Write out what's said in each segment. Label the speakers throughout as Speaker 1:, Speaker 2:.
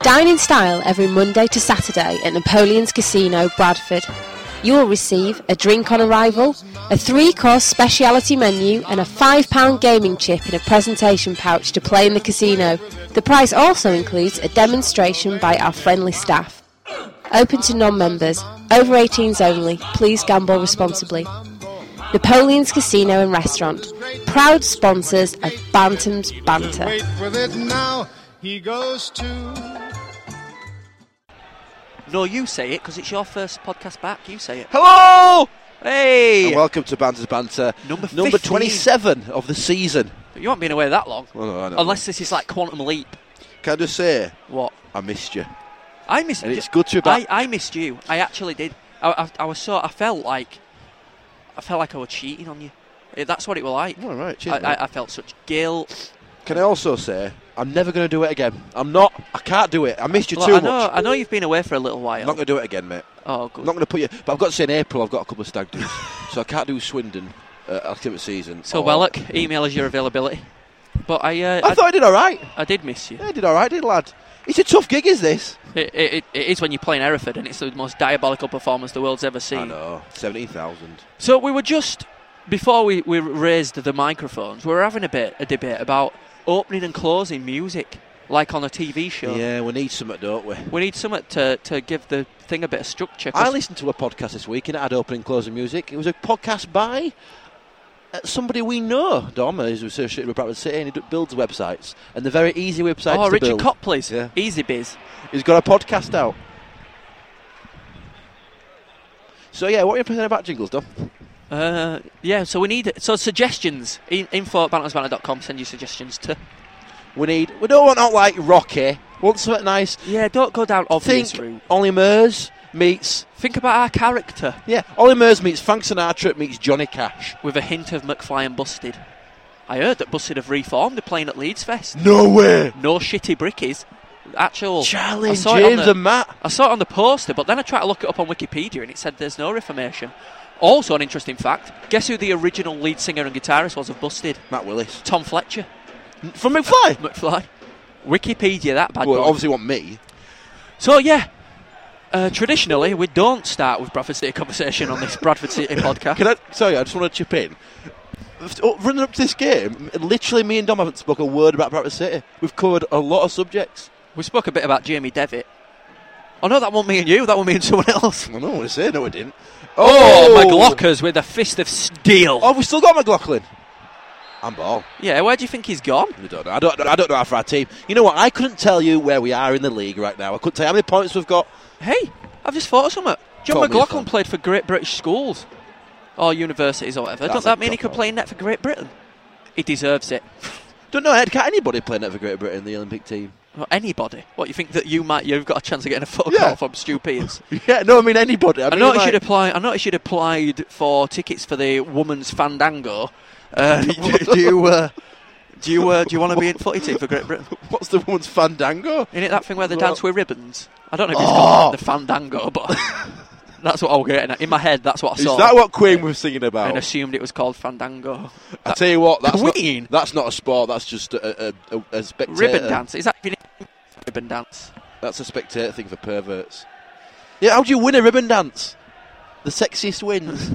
Speaker 1: Dine in style every Monday to Saturday at Napoleon's Casino, Bradford. You will receive a drink on arrival, a three course speciality menu, and a £5 gaming chip in a presentation pouch to play in the casino. The price also includes a demonstration by our friendly staff. Open to non members, over 18s only, please gamble responsibly. Napoleon's Casino and Restaurant, proud sponsors of Bantam's Banter.
Speaker 2: Wait with it now. He goes to.
Speaker 3: No, you say it because it's your first podcast back. You say it.
Speaker 4: Hello!
Speaker 3: Hey!
Speaker 4: And welcome to Banter's Banter.
Speaker 3: Number 15.
Speaker 4: 27 of the season.
Speaker 3: you haven't been away that long.
Speaker 4: Well, no, I know.
Speaker 3: Unless this is like Quantum Leap.
Speaker 4: Can I just say,
Speaker 3: What?
Speaker 4: I missed you.
Speaker 3: I missed
Speaker 4: And
Speaker 3: you.
Speaker 4: it's good to be back.
Speaker 3: I, I missed you. I actually did. I, I, I was so. I felt like. I felt like I was cheating on you. Eh, That's what it was like.
Speaker 4: All right, cheers.
Speaker 3: I,
Speaker 4: mate.
Speaker 3: I, I felt such guilt.
Speaker 4: Can I also say, I'm never going to do it again. I'm not. I can't do it. I missed you
Speaker 3: Look,
Speaker 4: too
Speaker 3: I know.
Speaker 4: much.
Speaker 3: I know you've been away for a little
Speaker 4: I'm
Speaker 3: while.
Speaker 4: not going to do it again, mate.
Speaker 3: oh, good.
Speaker 4: I'm not going to put you. But I've got to say, in April, I've got a couple of stag do's. so I can't do Swindon uh, academic season.
Speaker 3: so
Speaker 4: or-
Speaker 3: Wellock, email us your availability. But I, uh,
Speaker 4: I
Speaker 3: I,
Speaker 4: thought I did all right.
Speaker 3: I did miss you.
Speaker 4: Yeah, I did all right, didn't lad? It's a tough gig, is this?
Speaker 3: It, it, it- it is when you're playing Hereford, and it's the most diabolical performance the world's ever
Speaker 4: I
Speaker 3: seen.
Speaker 4: know. 17,000.
Speaker 3: So we were just before we, we raised the microphones, we were having a bit a debate about opening and closing music, like on a TV show.
Speaker 4: Yeah, we need something, don't we?
Speaker 3: We need something to, to give the thing a bit of structure. 'cause
Speaker 4: I listened to a podcast this week and it had opening and closing music. It was a podcast by uh, somebody we know, Dom, who's associated with Bradford City, and he d- builds websites. And the very easy websites
Speaker 3: oh,
Speaker 4: to
Speaker 3: Richard
Speaker 4: build.
Speaker 3: Copley's
Speaker 4: Yeah.
Speaker 3: Easy Biz.
Speaker 4: He's got a podcast out. So yeah, what are you thinking about jingles, Dom?
Speaker 3: Uh, yeah, so we need so suggestions. In, info at bantersbanner.com. Send your suggestions to.
Speaker 4: We need. We don't want not like Rocky. We want something nice.
Speaker 3: Yeah, don't go down obvious
Speaker 4: Think
Speaker 3: route.
Speaker 4: Ollie Murs meets
Speaker 3: Think about our character
Speaker 4: yeah. Ollie Murs meets Frank Sinatra meets Johnny Cash.
Speaker 3: with a hint of McFly and Busted. I heard that Busted have reformed. They're playing at Leeds Fest.
Speaker 4: No way.
Speaker 3: No shitty brickies. Actual.
Speaker 4: Charlie,
Speaker 3: I
Speaker 4: and
Speaker 3: saw it on
Speaker 4: James,
Speaker 3: the-
Speaker 4: and Matt.
Speaker 3: I saw it on the poster, but then I tried to look it up on Wikipedia and it said there's no reformation. Also, an interesting fact guess who the original lead singer and guitarist was of Busted?
Speaker 4: Matt Willis
Speaker 3: Tom Fletcher,
Speaker 4: from McFly.
Speaker 3: McFly. Wikipedia, that bad
Speaker 4: Well,
Speaker 3: boy.
Speaker 4: obviously want me.
Speaker 3: So, yeah, uh, traditionally, we don't start with Bradford City conversation on this Bradford City podcast.
Speaker 4: Can I? Sorry, I just want to chip in. Oh, Running up to this game, literally, me and Dom haven't spoken a word about Bradford City. We've covered a lot of subjects.
Speaker 3: We spoke a bit about Jamie Devitt. Oh, no, that won't mean you, that won't mean someone else.
Speaker 4: I don't know what to say. No, we didn't.
Speaker 3: Oh, McLaughlers with a fist of steel.
Speaker 4: Oh, we still got McLaughlin. I'm ball.
Speaker 3: Yeah, where do you think he's gone?
Speaker 4: I don't know. I don't. I don't know half our team. You know what? I couldn't tell you where we are in the league right now. I couldn't tell you how many points we've got.
Speaker 3: Hey, I've just thought of something. John
Speaker 4: Thought me
Speaker 3: McLaughlin
Speaker 4: of
Speaker 3: played for Great British schools or universities or whatever.
Speaker 4: That's
Speaker 3: Doesn't that
Speaker 4: a
Speaker 3: mean he could
Speaker 4: cop-out.
Speaker 3: play in net for Great Britain? He deserves it.
Speaker 4: Don't know. Ed, can anybody play net for Great Britain in the Olympic team?
Speaker 3: Or anybody. What you think that you might you've got a chance of getting a phone
Speaker 4: Yeah.
Speaker 3: call from Stu Pearce?
Speaker 4: Yeah. No, I mean anybody. I,
Speaker 3: I
Speaker 4: mean,
Speaker 3: noticed
Speaker 4: like-
Speaker 3: you'd apply. I noticed you'd applied for tickets for the women's fandango. Uh, do, do you uh, do you uh, do you want to be in footy team for Great Britain?
Speaker 4: What's the woman's fandango?
Speaker 3: Isn't it that thing where they
Speaker 4: Well-
Speaker 3: dance with ribbons? I don't know if it's called
Speaker 4: Oh.
Speaker 3: the fandango, but that's what I was getting at. In my head, that's what I
Speaker 4: Is
Speaker 3: saw.
Speaker 4: that what Queen was singing about?
Speaker 3: and assumed it was called Fandango.
Speaker 4: I tell you what, that's
Speaker 3: Queen.
Speaker 4: Not, that's not a sport. That's just a, a, a, a spectator.
Speaker 3: Ribbon dance. Is that even ribbon dance?
Speaker 4: That's a spectator thing for perverts. Yeah, how do you win a ribbon dance? The sexiest wins.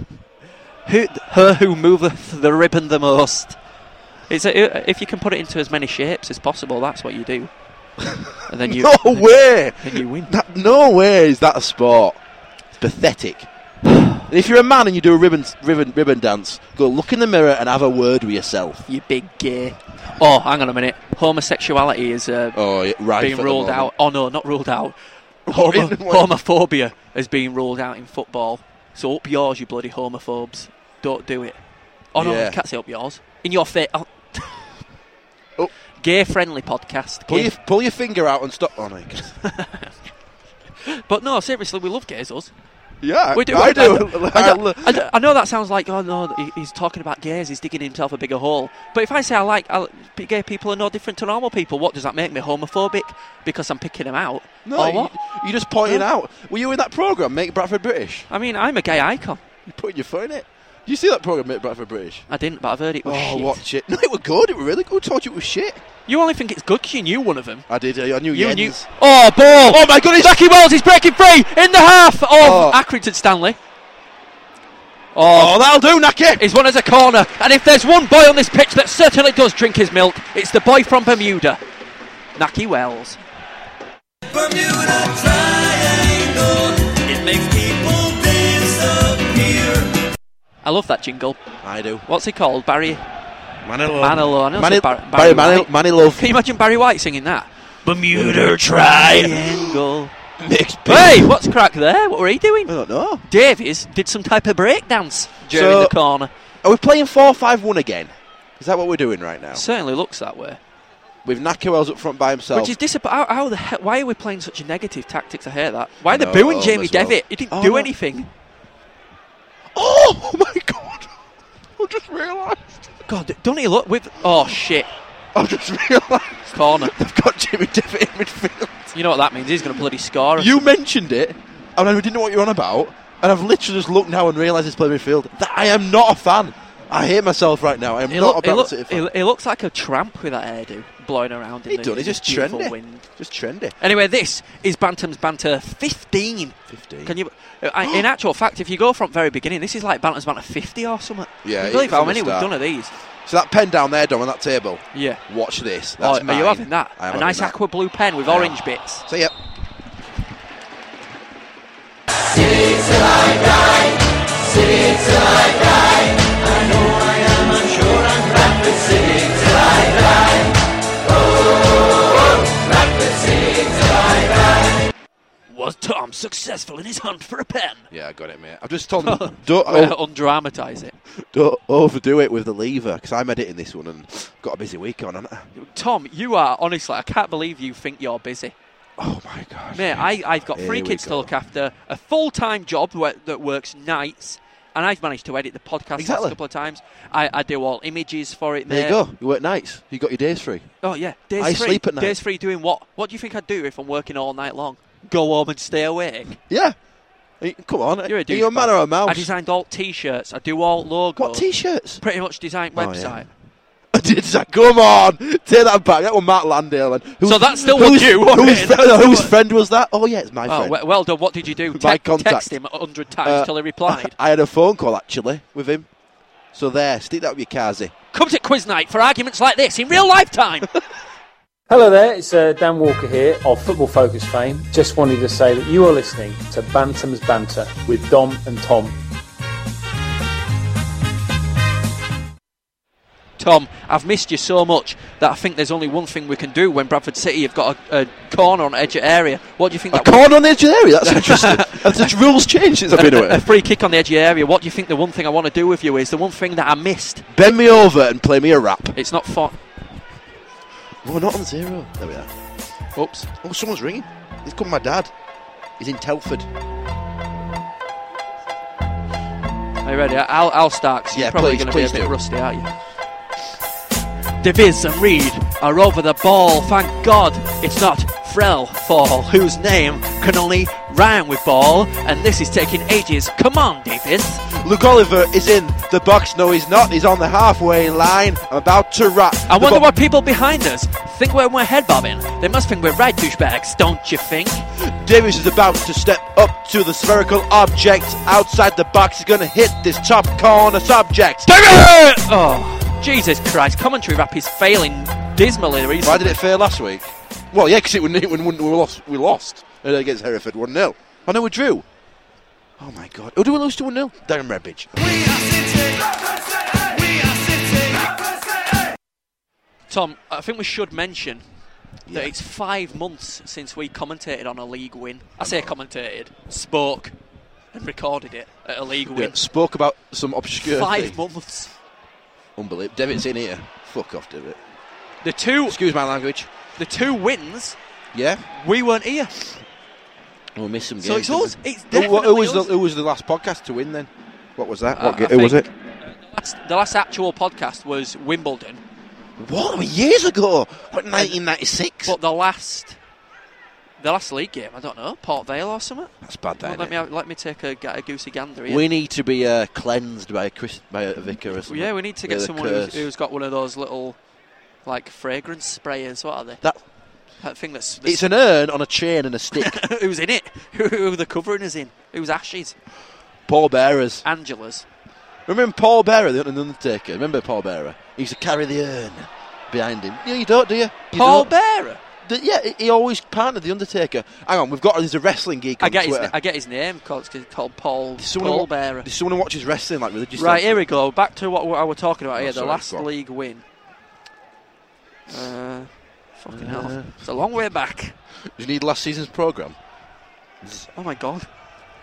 Speaker 3: Who, her who moveth the ribbon the most. It's a, if you can put it into as many shapes as possible, that's what you do. And then you,
Speaker 4: no
Speaker 3: then,
Speaker 4: way.
Speaker 3: then you win.
Speaker 4: That, no way is that a sport. It's pathetic. and if you're a man and you do a ribbon, ribbon ribbon dance, go look in the mirror and have a word with yourself.
Speaker 3: You big gay. Oh, hang on a minute. Homosexuality is uh,
Speaker 4: Oh, yeah, right.
Speaker 3: being ruled out. Oh no, not ruled out. Homo-
Speaker 4: What in- what-
Speaker 3: homophobia is being ruled out in football. So up yours, you bloody homophobes. Don't do it. Oh no,
Speaker 4: Yeah.
Speaker 3: you can't say up yours. In your face. Oh.
Speaker 4: Oh.
Speaker 3: Gay-friendly podcast.
Speaker 4: Pull
Speaker 3: Gay-
Speaker 4: your, pull your finger out and stop. Oh, no, you can't.
Speaker 3: But no, seriously, we love gays, us.
Speaker 4: yeah,
Speaker 3: We do.
Speaker 4: I do.
Speaker 3: I, know- I know- I know that sounds like, oh no, he- he's talking about gays, he's digging himself a bigger hole. But if I say I like I, gay people are no different to normal people, what does that make me? Homophobic? Because I'm picking them out?
Speaker 4: No,
Speaker 3: or
Speaker 4: you,
Speaker 3: Oh, what?
Speaker 4: you're just pointing
Speaker 3: No.
Speaker 4: out. Were you in that program, Make Bradford British?
Speaker 3: I mean, I'm a gay icon.
Speaker 4: You're putting your foot in it. Do you see that programme at Bradford British?
Speaker 3: I didn't, but I've heard it was
Speaker 4: Oh,
Speaker 3: shit.
Speaker 4: watch it. No, it were good. It were really good. told you it was shit.
Speaker 3: You only think it's good 'cause you knew one of them.
Speaker 4: I did. I I knew
Speaker 3: You
Speaker 4: Jens.
Speaker 3: knew. Oh, ball!
Speaker 4: Oh my goodness!
Speaker 3: Jackie Wells is breaking free in the half of
Speaker 4: Oh.
Speaker 3: Accrington Stanley.
Speaker 4: Oh,
Speaker 3: Oh,
Speaker 4: that'll do, Naki.
Speaker 3: is one as a corner, and if there's one boy on this pitch that certainly does drink his milk, it's the boy from Bermuda, Naki Wells.
Speaker 5: Bermuda Triangle. It makes people disappear.
Speaker 3: I love that jingle.
Speaker 4: I do.
Speaker 3: What's he called? Barry
Speaker 4: Manilow.
Speaker 3: Manilow. I know it's
Speaker 4: Mani-
Speaker 3: a Bar- Barry
Speaker 4: Barry Manil-
Speaker 3: White.
Speaker 4: Manilow
Speaker 3: Can you imagine Barry White singing that?
Speaker 5: Bermuda Triangle.
Speaker 3: Jingle.
Speaker 4: mixed
Speaker 3: Hey, what's crack there? What were he
Speaker 4: I
Speaker 3: doing?
Speaker 4: don't know.
Speaker 3: Davies did some type of breakdance during
Speaker 4: So-
Speaker 3: the corner.
Speaker 4: Are we playing 4 5 1 again? Is that what we're doing right now?
Speaker 3: Certainly looks that way.
Speaker 4: With Naki Wells up front by himself.
Speaker 3: Which is disappointing. How, how the he- Why are we playing such a negative tactics? I hate that. Why are they
Speaker 4: No,
Speaker 3: booing Jamie
Speaker 4: as well.
Speaker 3: Devitt? He didn't
Speaker 4: Oh,
Speaker 3: do
Speaker 4: no.
Speaker 3: anything.
Speaker 4: oh, my God. I just realised.
Speaker 3: God, don't he look with? Oh shit!
Speaker 4: I just realised.
Speaker 3: Corner.
Speaker 4: They've got Jimmy Devitt in midfield.
Speaker 3: You know what that means? He's going to bloody score.
Speaker 4: You mentioned it, and I didn't know what you were on about, and I've literally just looked now and realised it's playing midfield. That I am not a fan. I hate myself right now. I am
Speaker 3: he,
Speaker 4: not
Speaker 3: look-
Speaker 4: a
Speaker 3: he,
Speaker 4: Man
Speaker 3: look-
Speaker 4: City
Speaker 3: he
Speaker 4: fan.
Speaker 3: lo- he looks like a tramp with that hairdo, blowing around in
Speaker 4: He
Speaker 3: the
Speaker 4: done, he's just
Speaker 3: beautiful
Speaker 4: trendy.
Speaker 3: wind.
Speaker 4: Just trendy.
Speaker 3: Anyway, this is Bantam's banter 15.
Speaker 4: 15.
Speaker 3: Can you? I, in actual fact, if you go from very beginning, this is like Bantam's banter 50 or something.
Speaker 4: Yeah,
Speaker 3: Can
Speaker 4: it-
Speaker 3: you believe
Speaker 4: it's
Speaker 3: how
Speaker 4: on the
Speaker 3: many we've
Speaker 4: start.
Speaker 3: done of these.
Speaker 4: so that pen down there, Dom, on that table.
Speaker 3: Yeah.
Speaker 4: Watch this. That's
Speaker 3: Oh, are
Speaker 4: mine.
Speaker 3: you having that?
Speaker 4: I am
Speaker 3: a
Speaker 4: having
Speaker 3: nice
Speaker 4: that.
Speaker 3: aqua blue pen with
Speaker 4: am.
Speaker 3: orange bits.
Speaker 4: So yep.
Speaker 3: Was Tom successful in his hunt for a pen?
Speaker 4: Yeah, I got it, mate. I've just told them don't,
Speaker 3: Well,
Speaker 4: o-
Speaker 3: undramatise it.
Speaker 4: don't overdo it with the lever because I'm editing this one and got a busy week on. haven't I?
Speaker 3: Tom, you are honestly, I can't believe you think you're busy.
Speaker 4: Oh my gosh,
Speaker 3: Mate, I, I've got
Speaker 4: Here
Speaker 3: three
Speaker 4: we
Speaker 3: kids to
Speaker 4: go.
Speaker 3: look after, a full time job where, that works nights, and I've managed to edit the podcast the
Speaker 4: Exactly.
Speaker 3: last couple of times. I, I do all images for it, mate.
Speaker 4: There you go. You work nights. You got your days free.
Speaker 3: Oh, yeah. Days
Speaker 4: I
Speaker 3: free.
Speaker 4: sleep at night.
Speaker 3: Days free doing what? What do you think I'd do if I'm working all night long? Go home and stay awake.
Speaker 4: Yeah. Hey, Come on.
Speaker 3: You're a
Speaker 4: Are you a
Speaker 3: douchebag.
Speaker 4: man or a mouse?
Speaker 3: I designed all t shirts, I do all logos.
Speaker 4: what t-shirts?
Speaker 3: Pretty much designed
Speaker 4: Oh, yeah.
Speaker 3: website.
Speaker 4: I did that. Come on, take that back. That was Matt Landale. And who's,
Speaker 3: So that's still
Speaker 4: who's,
Speaker 3: what you wanted.
Speaker 4: Whose, fri-
Speaker 3: That's
Speaker 4: whose
Speaker 3: what-
Speaker 4: friend was that? Oh yeah, it's my
Speaker 3: Oh,
Speaker 4: friend.
Speaker 3: we- well done. What did you do?
Speaker 4: My
Speaker 3: Te-
Speaker 4: contact.
Speaker 3: Text him a hundred times
Speaker 4: Uh,
Speaker 3: till he replied.
Speaker 4: I had a phone call actually with him. So there, stick that with your Kazi.
Speaker 3: Come to quiz night for arguments like this in real lifetime.
Speaker 6: Hello there, it's uh, Dan Walker here of Football Focus fame. Just wanted to say that you are listening to Bantam's Banter with Dom and Tom.
Speaker 3: Tom, I've missed you so much that I think there's only one thing we can do when Bradford City have got a, a corner on edge of area. What do you think?
Speaker 4: A
Speaker 3: that w-
Speaker 4: corner on the edge of the area. That's interesting. That's the rules changed since I've been
Speaker 3: a
Speaker 4: away.
Speaker 3: free kick on the edge of area. What do you think? The one thing I want to do with you is the one thing that I missed.
Speaker 4: Bend me over and play me a rap.
Speaker 3: It's not fun.
Speaker 4: We're Oh, not on zero. There we are.
Speaker 3: Oops.
Speaker 4: Oh, someone's ringing. It's come my dad. He's in Telford.
Speaker 3: Are you ready? I'll, I'll start. 'cause
Speaker 4: Yeah,
Speaker 3: you're probably
Speaker 4: please,
Speaker 3: going to be a
Speaker 4: please
Speaker 3: bit
Speaker 4: do.
Speaker 3: rusty, aren't you? Davies and Reed are over the ball. Thank God it's not Frel Fall, whose name can only rhyme with ball. And this is taking ages. Come on, Davies.
Speaker 4: Luke Oliver is in the box. No, he's not. He's on the halfway line. I'm about to rap.
Speaker 3: I
Speaker 4: The
Speaker 3: wonder
Speaker 4: bo-
Speaker 3: what people behind us think when we're head bobbing. They must think we're right douchebags, don't you think?
Speaker 4: Davis is about to step up to the spherical object outside the box. He's going to hit this top corner subject.
Speaker 3: Oh, Jesus Christ! Commentary rap is failing dismally recently.
Speaker 4: Why did it fail last week? Well, yeah, because it wouldn't, it wouldn't, we lost. We lost uh, against Hereford 1 0. Oh, no, we drew. Oh, my God. Who do we lose to 1 0? Darren Redbridge.
Speaker 5: We are City. We are City.
Speaker 3: Tom, I think we should mention
Speaker 4: Yeah.
Speaker 3: that it's five months since we commentated on a league win. I say commentated, spoke, and recorded it at a league
Speaker 4: Yeah,
Speaker 3: win.
Speaker 4: spoke about some obscure.
Speaker 3: Five
Speaker 4: thing.
Speaker 3: months.
Speaker 4: Unbelievable. Devitt's in here. Fuck off, Devitt.
Speaker 3: The two,
Speaker 4: Excuse my language.
Speaker 3: the two wins,
Speaker 4: Yeah?
Speaker 3: we weren't here.
Speaker 4: We missed some games.
Speaker 3: So it's
Speaker 4: didn't
Speaker 3: us.
Speaker 4: we?
Speaker 3: It's
Speaker 4: Who-
Speaker 3: definitely
Speaker 4: who, was
Speaker 3: us.
Speaker 4: The, who was the last podcast to win then? What was that?
Speaker 3: Uh,
Speaker 4: What ga-
Speaker 3: I
Speaker 4: who was
Speaker 3: think-
Speaker 4: it?
Speaker 3: That's- the last actual podcast was Wimbledon,
Speaker 4: What? Years ago? What, 1996?
Speaker 3: but the last the last league game. I don't know, Port Vale or something.
Speaker 4: That's bad,
Speaker 3: Well,
Speaker 4: that,
Speaker 3: let
Speaker 4: innit?
Speaker 3: me have, let me take a, ga- a goosey gander. Here.
Speaker 4: We need to be uh, cleansed by a, Chris, by a vicar or
Speaker 3: Well,
Speaker 4: something.
Speaker 3: yeah, we need to get
Speaker 4: With a
Speaker 3: someone who's,
Speaker 4: curse.
Speaker 3: who's got one of those little like fragrance sprayers. What are they?
Speaker 4: That-
Speaker 3: That thing that's,
Speaker 4: It's an urn on a chain and a stick.
Speaker 3: that's- who's in it? Who, who the covering is in? Who's ashes?
Speaker 4: Paul Bearers.
Speaker 3: Angela's.
Speaker 4: Remember Paul Bearer, the Undertaker? Remember Paul Bearer? He used to carry the urn behind him. Yeah, you don't, do you? you
Speaker 3: Paul
Speaker 4: don't.
Speaker 3: Bearer.
Speaker 4: The- yeah, he- he always partnered the Undertaker. Hang on, we've got there's a wrestling geek on
Speaker 3: I get his
Speaker 4: Twitter.
Speaker 3: I get his name because it's called Paul
Speaker 4: There's someone who
Speaker 3: Paul
Speaker 4: wa-
Speaker 3: Bearer.
Speaker 4: There's someone who watches wrestling like religiously.
Speaker 3: Right here we go. Back to what, what I were talking about
Speaker 4: Oh,
Speaker 3: here. The
Speaker 4: sorry,
Speaker 3: last
Speaker 4: go on.
Speaker 3: league win. Uh, fucking
Speaker 4: Uh.
Speaker 3: hell! It's a long way back.
Speaker 4: Do you need last season's program?
Speaker 3: Oh my god!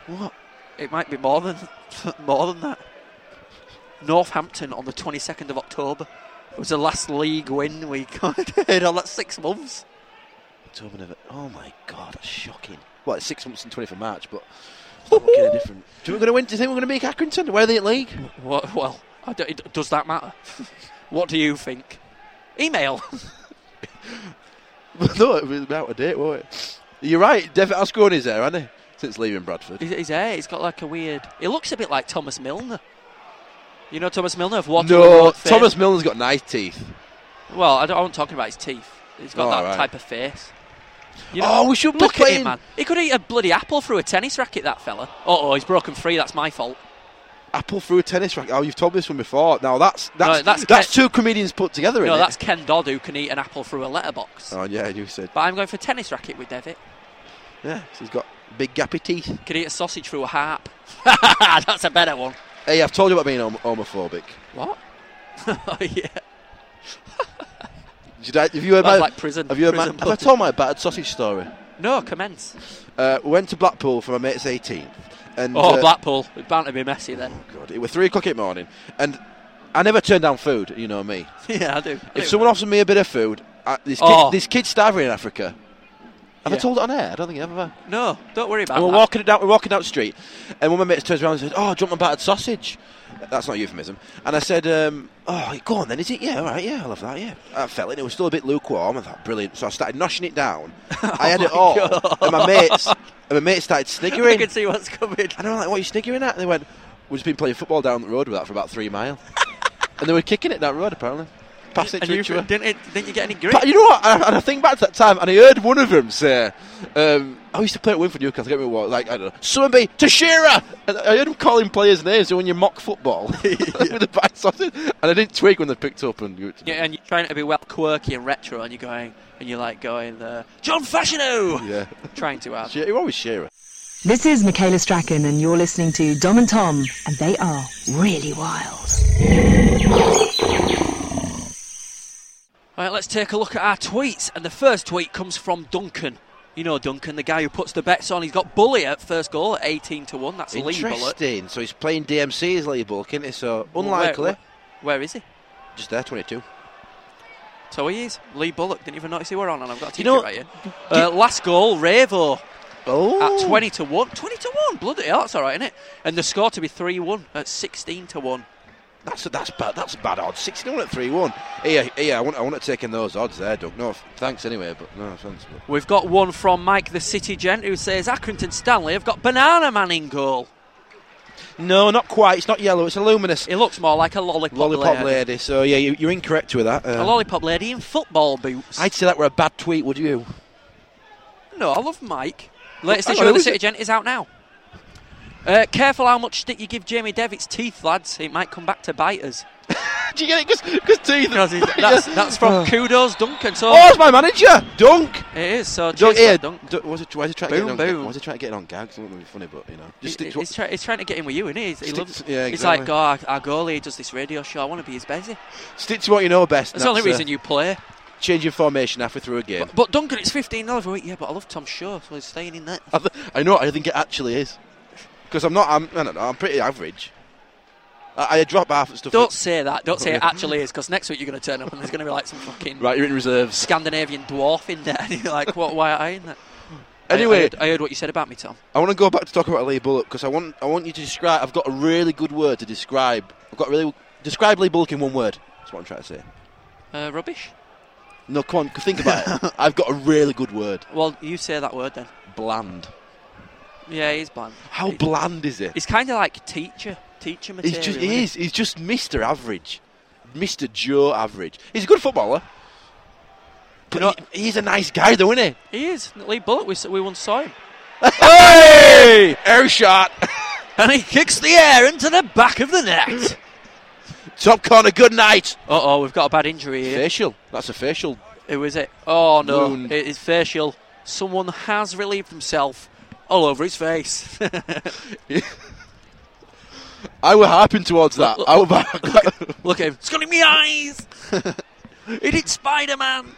Speaker 3: What? It might be more than more than that. Northampton on the 22nd of October. It was the last league win we got in all that six months.
Speaker 4: October, November. Oh my god, that's shocking. Well, it's six months and 20th of March, but it's not looking any different. Do you think we're going to win? Do you think we're going to beat Accrington? Where are they in league?
Speaker 3: What, well, I don't- it- does that matter? what do you think? Email.
Speaker 4: no, it was out of date, wasn't it? You're right. Dev Asconi's there, aren't he? Since leaving Bradford.
Speaker 3: His, his hair, he's got like a weird. It looks a bit like Thomas Milner. You know Thomas Milner of Waterloo
Speaker 4: No,
Speaker 3: Road fame?
Speaker 4: Thomas Milner's got nice teeth.
Speaker 3: Well, I don't, I'm talking about his teeth. He's got
Speaker 4: Oh,
Speaker 3: that
Speaker 4: right.
Speaker 3: type of face. You
Speaker 4: Oh, we should be
Speaker 3: look at
Speaker 4: playing-
Speaker 3: him, man. He could eat a bloody apple through a tennis racket. That fella. Oh, oh, he's broken free. That's my fault.
Speaker 4: Apple through a tennis racket. Oh, you've told me this one before. Now that's that's
Speaker 3: No, that's
Speaker 4: that's, two comedians put together.
Speaker 3: no,
Speaker 4: innit?
Speaker 3: that's Ken Dodd who can eat an apple through a letterbox.
Speaker 4: Oh yeah, you said.
Speaker 3: But I'm going for tennis racket with Devitt.
Speaker 4: Yeah, 'cause he's got big gappy teeth.
Speaker 3: Could eat a sausage through a harp. That's a better one.
Speaker 4: Hey, I've told you about being hom- homophobic.
Speaker 3: What? oh yeah.
Speaker 4: Did I, have you heard
Speaker 3: That's
Speaker 4: my,
Speaker 3: like prison-
Speaker 4: Have you heard
Speaker 3: prison
Speaker 4: my, Have I
Speaker 3: blood.
Speaker 4: told my battered sausage story?
Speaker 3: No, commence.
Speaker 4: Uh, we went to Blackpool for my mate's 18th, and
Speaker 3: Oh,
Speaker 4: uh,
Speaker 3: Blackpool. It's bound to be messy then.
Speaker 4: God, it was three o'clock in the morning, and I never turn down food. You know me.
Speaker 3: yeah, I do. I do.
Speaker 4: If someone offers me a bit of food, I, this kid,
Speaker 3: Oh.
Speaker 4: this kid's starving in Africa. Have
Speaker 3: Yeah.
Speaker 4: I told it on air? I don't think I have. have I?
Speaker 3: no, don't worry about
Speaker 4: And
Speaker 3: it.
Speaker 4: we're walking it down. We're walking down the street, and one of my mates turns around and says, "Oh, do you want my battered sausage?" That's not a euphemism. And I said, um, "Oh, go on then, is it? Yeah, all right, yeah, I love that. Yeah." I felt it. It was still a bit lukewarm. I thought, "Brilliant." So I started noshing it down.
Speaker 3: Oh
Speaker 4: I had it all, and my mates, and my mates started
Speaker 3: I
Speaker 4: sniggering.
Speaker 3: can see what's coming.
Speaker 4: And I'm like, "What are you sniggering at?" And they went, "We've just been playing football down the road with that for about three mile." and they were kicking it down the road apparently. Pass it
Speaker 3: And
Speaker 4: to
Speaker 3: you,
Speaker 4: each other.
Speaker 3: didn't, it, didn't you get any grit?
Speaker 4: But you know what? And I, and I think back to that time, and I heard one of them say, um, "I used to play at Winford Newcastle. I get me what? Like I don't know, Summerby to Shearer." And I heard him calling players' names when you mock football with a bad sausage, and I didn't twig when they picked up and. You
Speaker 3: Yeah, and you're trying to be well quirky and retro, and you're going, and you're like going, uh, John Fashino!
Speaker 4: yeah,
Speaker 3: Trying to
Speaker 4: She-
Speaker 3: out.
Speaker 4: it was always Shearer.
Speaker 7: This is Michaela Strachan, and you're listening to Dom and Tom, and they are really wild.
Speaker 3: Right, let's take a look at our tweets, and the first tweet comes from Duncan. You know Duncan, the guy who puts the bets on. He's got Bully at first goal at 18 to 1. That's Lee Bullet.
Speaker 4: Interesting. So he's playing DMC as Lee Bullock, isn't he? So unlikely.
Speaker 3: Where, where is he?
Speaker 4: Just there, twenty-two.
Speaker 3: So he is. Lee Bullock. Didn't even notice he were on, and I've got a
Speaker 4: You
Speaker 3: ticket
Speaker 4: know-
Speaker 3: right here. Uh, last goal, Ravo
Speaker 4: Oh,
Speaker 3: at 20 to 1. 20 to 1. Bloody hell, that's all right, isn't it? And the score to be 3 1 at 16 to 1.
Speaker 4: That's that's bad. That's bad odds. Sixteen at three-one. Yeah, yeah. I want I want to take in those odds there, Doug. No, thanks anyway, but no thanks. But.
Speaker 3: We've got one from Mike the City Gent who says Accrington Stanley have got Banana Man in goal.
Speaker 4: No, not quite. It's not yellow. It's a luminous
Speaker 3: He looks more like a lollipop,
Speaker 4: lollipop
Speaker 3: lady.
Speaker 4: lady. So yeah, you, you're incorrect with that.
Speaker 3: A
Speaker 4: Uh,
Speaker 3: lollipop lady in football boots.
Speaker 4: I'd say that were a bad tweet, would you?
Speaker 3: no, I love Mike. Latest
Speaker 4: Hang
Speaker 3: issue
Speaker 4: on,
Speaker 3: of the
Speaker 4: who's
Speaker 3: City
Speaker 4: it?
Speaker 3: Gent is out now. Uh, careful how much stick you give Jamie Devitt's teeth, lads. It might come back to bite us.
Speaker 4: Do you get it? Because teeth.
Speaker 3: That's, that's from Kudos Duncan. So
Speaker 4: Oh, it's my manager, Dunk.
Speaker 3: it is. So
Speaker 4: Dunk
Speaker 3: cheers
Speaker 4: here.
Speaker 3: for Dunk.
Speaker 4: Dunk. Was it? Why is he trying
Speaker 3: Boom,
Speaker 4: to get it on?
Speaker 3: boom.
Speaker 4: Why is he trying to get it on gags? It wouldn't be funny, but you know, just
Speaker 3: He-
Speaker 4: sticks what-
Speaker 3: he's, try, he's trying to get in with you, isn't he? He's, he
Speaker 4: Sticks-
Speaker 3: loves,
Speaker 4: yeah,
Speaker 3: he's like,
Speaker 4: exactly.
Speaker 3: oh, our, our goalie does this radio show. I want to be his busy.
Speaker 4: stick to what you know best.
Speaker 3: That's the only reason you play.
Speaker 4: changing formation halfway through a game.
Speaker 3: But, but Duncan, it's 15 every week. Yeah, but I love Tom Shaw, so he's staying in that.
Speaker 4: I, th- I know. I think it actually is. Because I'm not. I'm, I don't know. I'm pretty average. I, I drop half of stuff.
Speaker 3: Don't say that. Don't say it actually is, because next week you're going to turn up and there's going to be like some fucking
Speaker 4: Right, you're in reserves.
Speaker 3: Scandinavian dwarf in there, and you're like, what? Why are I in that? I- I,
Speaker 4: Anyway,
Speaker 3: heard, I heard what you said about me, Tom.
Speaker 4: I want to go back to talk about Lee Bullock because I want I want you to describe. I've got a really good word to describe. I've got a really describe Lee Bullock in one word. That's what I'm trying to say.
Speaker 3: Uh, rubbish.
Speaker 4: No, come on, think about it. I've got a really good word.
Speaker 3: Well, you say that word then.
Speaker 4: Bland.
Speaker 3: Yeah, he's bland.
Speaker 4: How
Speaker 3: He-
Speaker 4: bland is it?
Speaker 3: He's kind of like teacher, teacher
Speaker 4: He's
Speaker 3: material.
Speaker 4: just
Speaker 3: isn't
Speaker 4: he is. He's just Mr. Average, Mr. Joe Average. He's a good footballer, but
Speaker 3: know-
Speaker 4: he- he's a nice guy, though, isn't he?
Speaker 3: He is. Lee Bullock, we, s- we once saw him.
Speaker 4: Hey, air shot,
Speaker 3: And he kicks the air into the back of the net.
Speaker 4: top corner. Good night.
Speaker 3: uh oh, we've got a bad injury here.
Speaker 4: Facial. That's a facial.
Speaker 3: Who is it? Oh no,
Speaker 4: Wound.
Speaker 3: it is facial. Someone has relieved himself all over his face.
Speaker 4: I were harping towards that. I were
Speaker 3: Look at him. It's got in my eyes. he did Spider Man.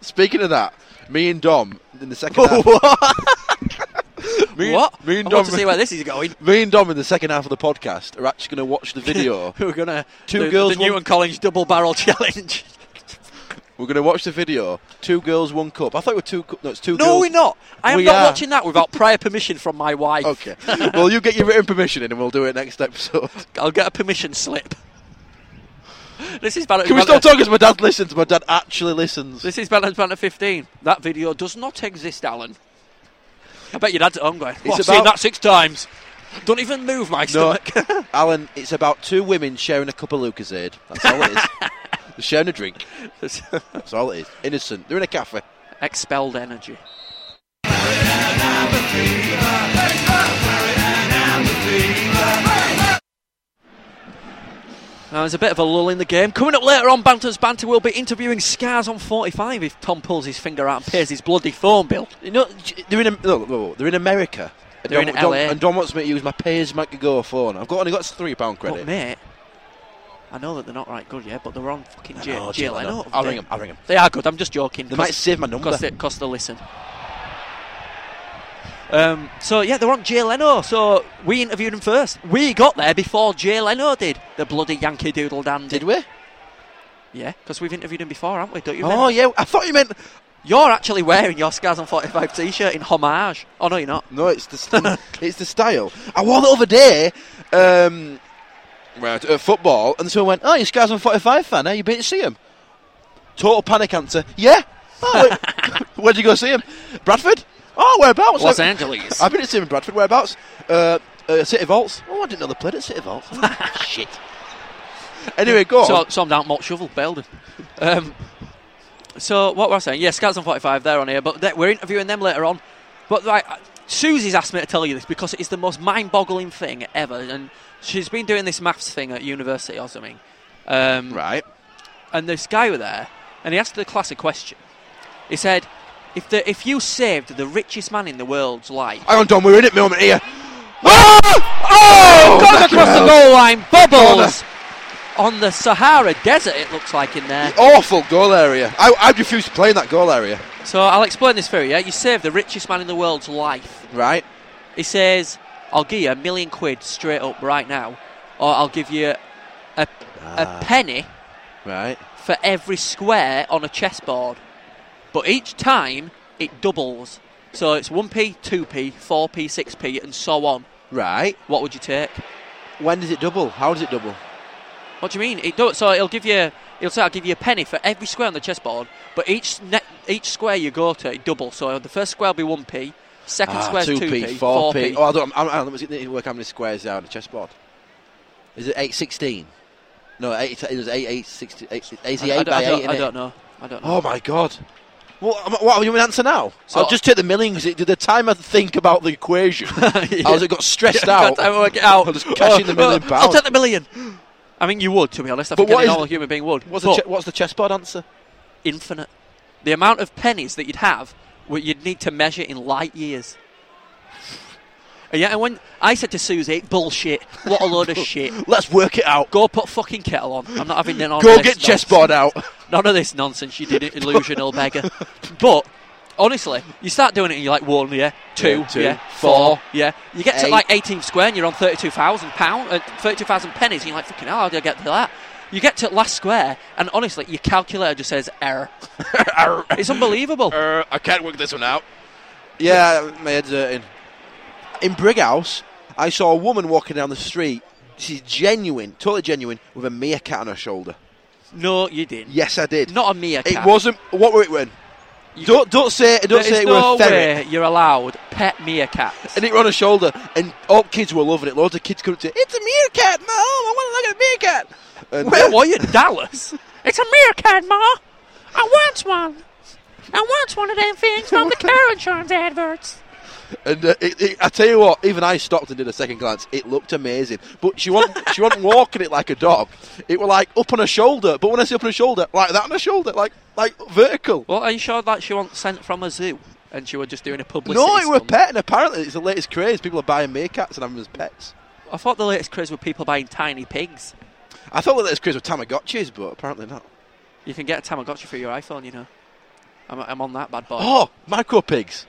Speaker 4: Speaking of that, me and Dom in the second half. What? me, and-
Speaker 3: What?
Speaker 4: Me and
Speaker 3: I want
Speaker 4: Dom.
Speaker 3: to see where this is going.
Speaker 4: me and Dom in the second half of the podcast are actually going to watch the video.
Speaker 3: We're gonna
Speaker 4: Two
Speaker 3: the,
Speaker 4: girls,
Speaker 3: the Newton
Speaker 4: one-
Speaker 3: College double barrel challenge.
Speaker 4: We're going to watch the video. Two girls, one cup. I thought it were two. cu- No, it's two.
Speaker 3: no,
Speaker 4: girls.
Speaker 3: we're not. I am
Speaker 4: We
Speaker 3: not
Speaker 4: are.
Speaker 3: watching that without prior permission from my wife.
Speaker 4: Okay. well, you get your written permission in, and we'll do it next episode.
Speaker 3: I'll get a permission slip. This is Banner.
Speaker 4: Can we
Speaker 3: Banner-
Speaker 4: still talk? Because my dad listens. My dad actually listens.
Speaker 3: This is Banner Banner 15. That video does not exist, Alan. I bet your dad's at home going. "Oh, I've seen
Speaker 4: about-
Speaker 3: that six times. Don't even move my
Speaker 4: no,
Speaker 3: stomach.
Speaker 4: Alan, it's about two women sharing a cup of Lucasade. That's all it is. They're sharing a drink. That's all it is. Innocent. They're in a cafe.
Speaker 3: Expelled energy. Now, there's a bit of a lull in the game. Coming up later on, Banter's Banter will be interviewing Scars on 45 if Tom pulls his finger out and pays his bloody phone bill.
Speaker 4: You know, j- they're in. Am- no, no, no, they're in America. And
Speaker 3: They're
Speaker 4: Don,
Speaker 3: in
Speaker 4: Don-
Speaker 3: LA.
Speaker 4: and Don wants me to use my Pays Mac Go phone. I've got only got three pound
Speaker 3: But,
Speaker 4: credit.
Speaker 3: mate, I know that they're not right good yet, but they're on fucking jail.
Speaker 4: know,
Speaker 3: jail, I know.
Speaker 4: I'll
Speaker 3: they,
Speaker 4: ring him. I'll ring him.
Speaker 3: They are good, I'm just joking.
Speaker 4: They might save my number.
Speaker 3: Cost it, cost a listen. Um, so yeah, they're on Jay Leno. So we interviewed him first. We got there before Jay Leno did. The bloody Yankee Doodle Dandy.
Speaker 4: Did we?
Speaker 3: Yeah, because we've interviewed him before, haven't we? Don't you?
Speaker 4: Oh
Speaker 3: remember?
Speaker 4: yeah. I thought you meant.
Speaker 3: You're actually wearing your Scars on 45 t-shirt in homage. Oh no, you're not.
Speaker 4: No, it's the st- it's the style. I wore the other day. Um, right, at football, and someone went, "Oh, you guys on 45 fan? Eh? You been to see him?" Total panic answer. Yeah. Oh, wait, where'd you go see him? Bradford. Oh, whereabouts?
Speaker 3: Los
Speaker 4: Like,
Speaker 3: Angeles.
Speaker 4: I've been to see him in Bradford. Whereabouts? Uh, uh, City Vaults. Oh, I didn't know they played at City Vaults. Shit. Anyway, go on.
Speaker 3: So, so I'm down Mott Shovel, Belden. Um, so what were I saying? Yeah, Scouts on 45, they're on here, but they- we're interviewing them later on. But like, I- Susie's asked me to tell you this because it is the most mind-boggling thing ever, and she's been doing this maths thing at university or something. Um,
Speaker 4: right.
Speaker 3: And this guy were there, and he asked the class a question. He said, "If the, if you saved the richest man in the world's life."
Speaker 4: Hang on, Don. We're in it moment here. Oh! Oh!
Speaker 3: Goes across the goal line, bubbles
Speaker 4: Corner.
Speaker 3: on the Sahara Desert. It looks like in there.
Speaker 4: Awful goal area. I, I refuse to play in that goal area.
Speaker 3: So I'll explain this for you. Yeah? You save the richest man in the world's life.
Speaker 4: Right.
Speaker 3: He says, "I'll give you a million quid straight up right now, or I'll give you a, a penny
Speaker 4: Right.
Speaker 3: for every square on a chessboard, but each time it doubles. So it's one p, two p, four p, six p, and so on.
Speaker 4: Right.
Speaker 3: What would you take?
Speaker 4: When does it double? How does it double?
Speaker 3: What do you mean? It do- so he'll give you. He'll say, "I'll give you a penny for every square on the chessboard, but each ne- each square you go to, it doubles. So the first square will be one p."
Speaker 4: Ah,
Speaker 3: Second square's 2p,
Speaker 4: 2p,
Speaker 3: 4
Speaker 4: 4p. Oh, I don't, I'm, I'm, let me work how many squares there are on the chessboard. Is it 816? No, 8, it was 8, 8, 16, 8, 88
Speaker 3: I, I, don't-
Speaker 4: by
Speaker 3: I
Speaker 4: 8,
Speaker 3: don't,
Speaker 4: innit?
Speaker 3: I don't know. I don't know.
Speaker 4: Oh, my God. What, am I- what, you want an answer now?
Speaker 3: So-
Speaker 4: I'll just take the million, because the time I think about the equation, I was, Oh, it got stressed out.
Speaker 3: I work it out.
Speaker 4: I'll just cash in the million
Speaker 3: oh, I'll
Speaker 4: pound.
Speaker 3: take the million. I mean, you would, to be honest. I
Speaker 4: But
Speaker 3: think
Speaker 4: what
Speaker 3: any
Speaker 4: is-
Speaker 3: normal human being would.
Speaker 4: What's the,
Speaker 3: but
Speaker 4: che- what's the chessboard answer?
Speaker 3: infinite. The amount of pennies that you'd have, well, you'd need to measure in light years. And yeah, and when I said to Susie, bullshit, what a load of shit.
Speaker 4: Let's work it out. Go,
Speaker 3: Go put fucking kettle on. I'm not having none of
Speaker 4: go
Speaker 3: this
Speaker 4: get
Speaker 3: nonsense.
Speaker 4: chessboard out.
Speaker 3: None of this nonsense, you did it, illusional beggar. But honestly, you start doing it and you're like one, yeah, two,
Speaker 4: Yeah,
Speaker 3: yeah,
Speaker 4: two,
Speaker 3: four,
Speaker 4: four,
Speaker 3: yeah. You get to
Speaker 4: eight.
Speaker 3: like 18th square and you're on 32,000 pound, uh, 32,000 pennies, and you're like, fucking hell, how did I get to that? You get to last square, and honestly, your calculator just says error. It's unbelievable.
Speaker 4: Uh, I can't work this one out. Yeah, my head's hurting. In Brighouse, I saw a woman walking down the street. She's genuine, totally genuine, with a meerkat on her shoulder.
Speaker 3: No, you didn't.
Speaker 4: Yes, I did.
Speaker 3: Not a meerkat.
Speaker 4: It wasn't. What were it when? Don't don't say
Speaker 3: There
Speaker 4: don't say
Speaker 3: is
Speaker 4: it were
Speaker 3: no
Speaker 4: a ferret.
Speaker 3: way you're allowed pet meerkats.
Speaker 4: And it were on a shoulder, and all kids were loving it. Loads of kids coming to it's a meerkat, mom. I want to look at a meerkat. And
Speaker 3: Where were you, Dallas? It's a meerkat, Ma. I want one. I want one of them things from the car insurance adverts.
Speaker 4: And uh, it, it, I tell you what, even I stopped and did a second glance. It looked amazing, but she wasn't she wasn't walking it like a dog. It were like up on her shoulder. But when I say up on her shoulder, like that on her shoulder, like like vertical.
Speaker 3: Well, are you sure that she wasn't sent from a zoo and she was just doing a publicity?
Speaker 4: no, it were a
Speaker 3: stunt?
Speaker 4: pet, and apparently it's the latest craze. People are buying meerkats and having them as pets.
Speaker 3: I thought the latest craze were people buying tiny pigs.
Speaker 4: I thought the latest craze were Tamagotchis, but apparently not.
Speaker 3: You can get a Tamagotchi for your iPhone, you know. I'm, I'm on that bad boy.
Speaker 4: Oh, micro pigs.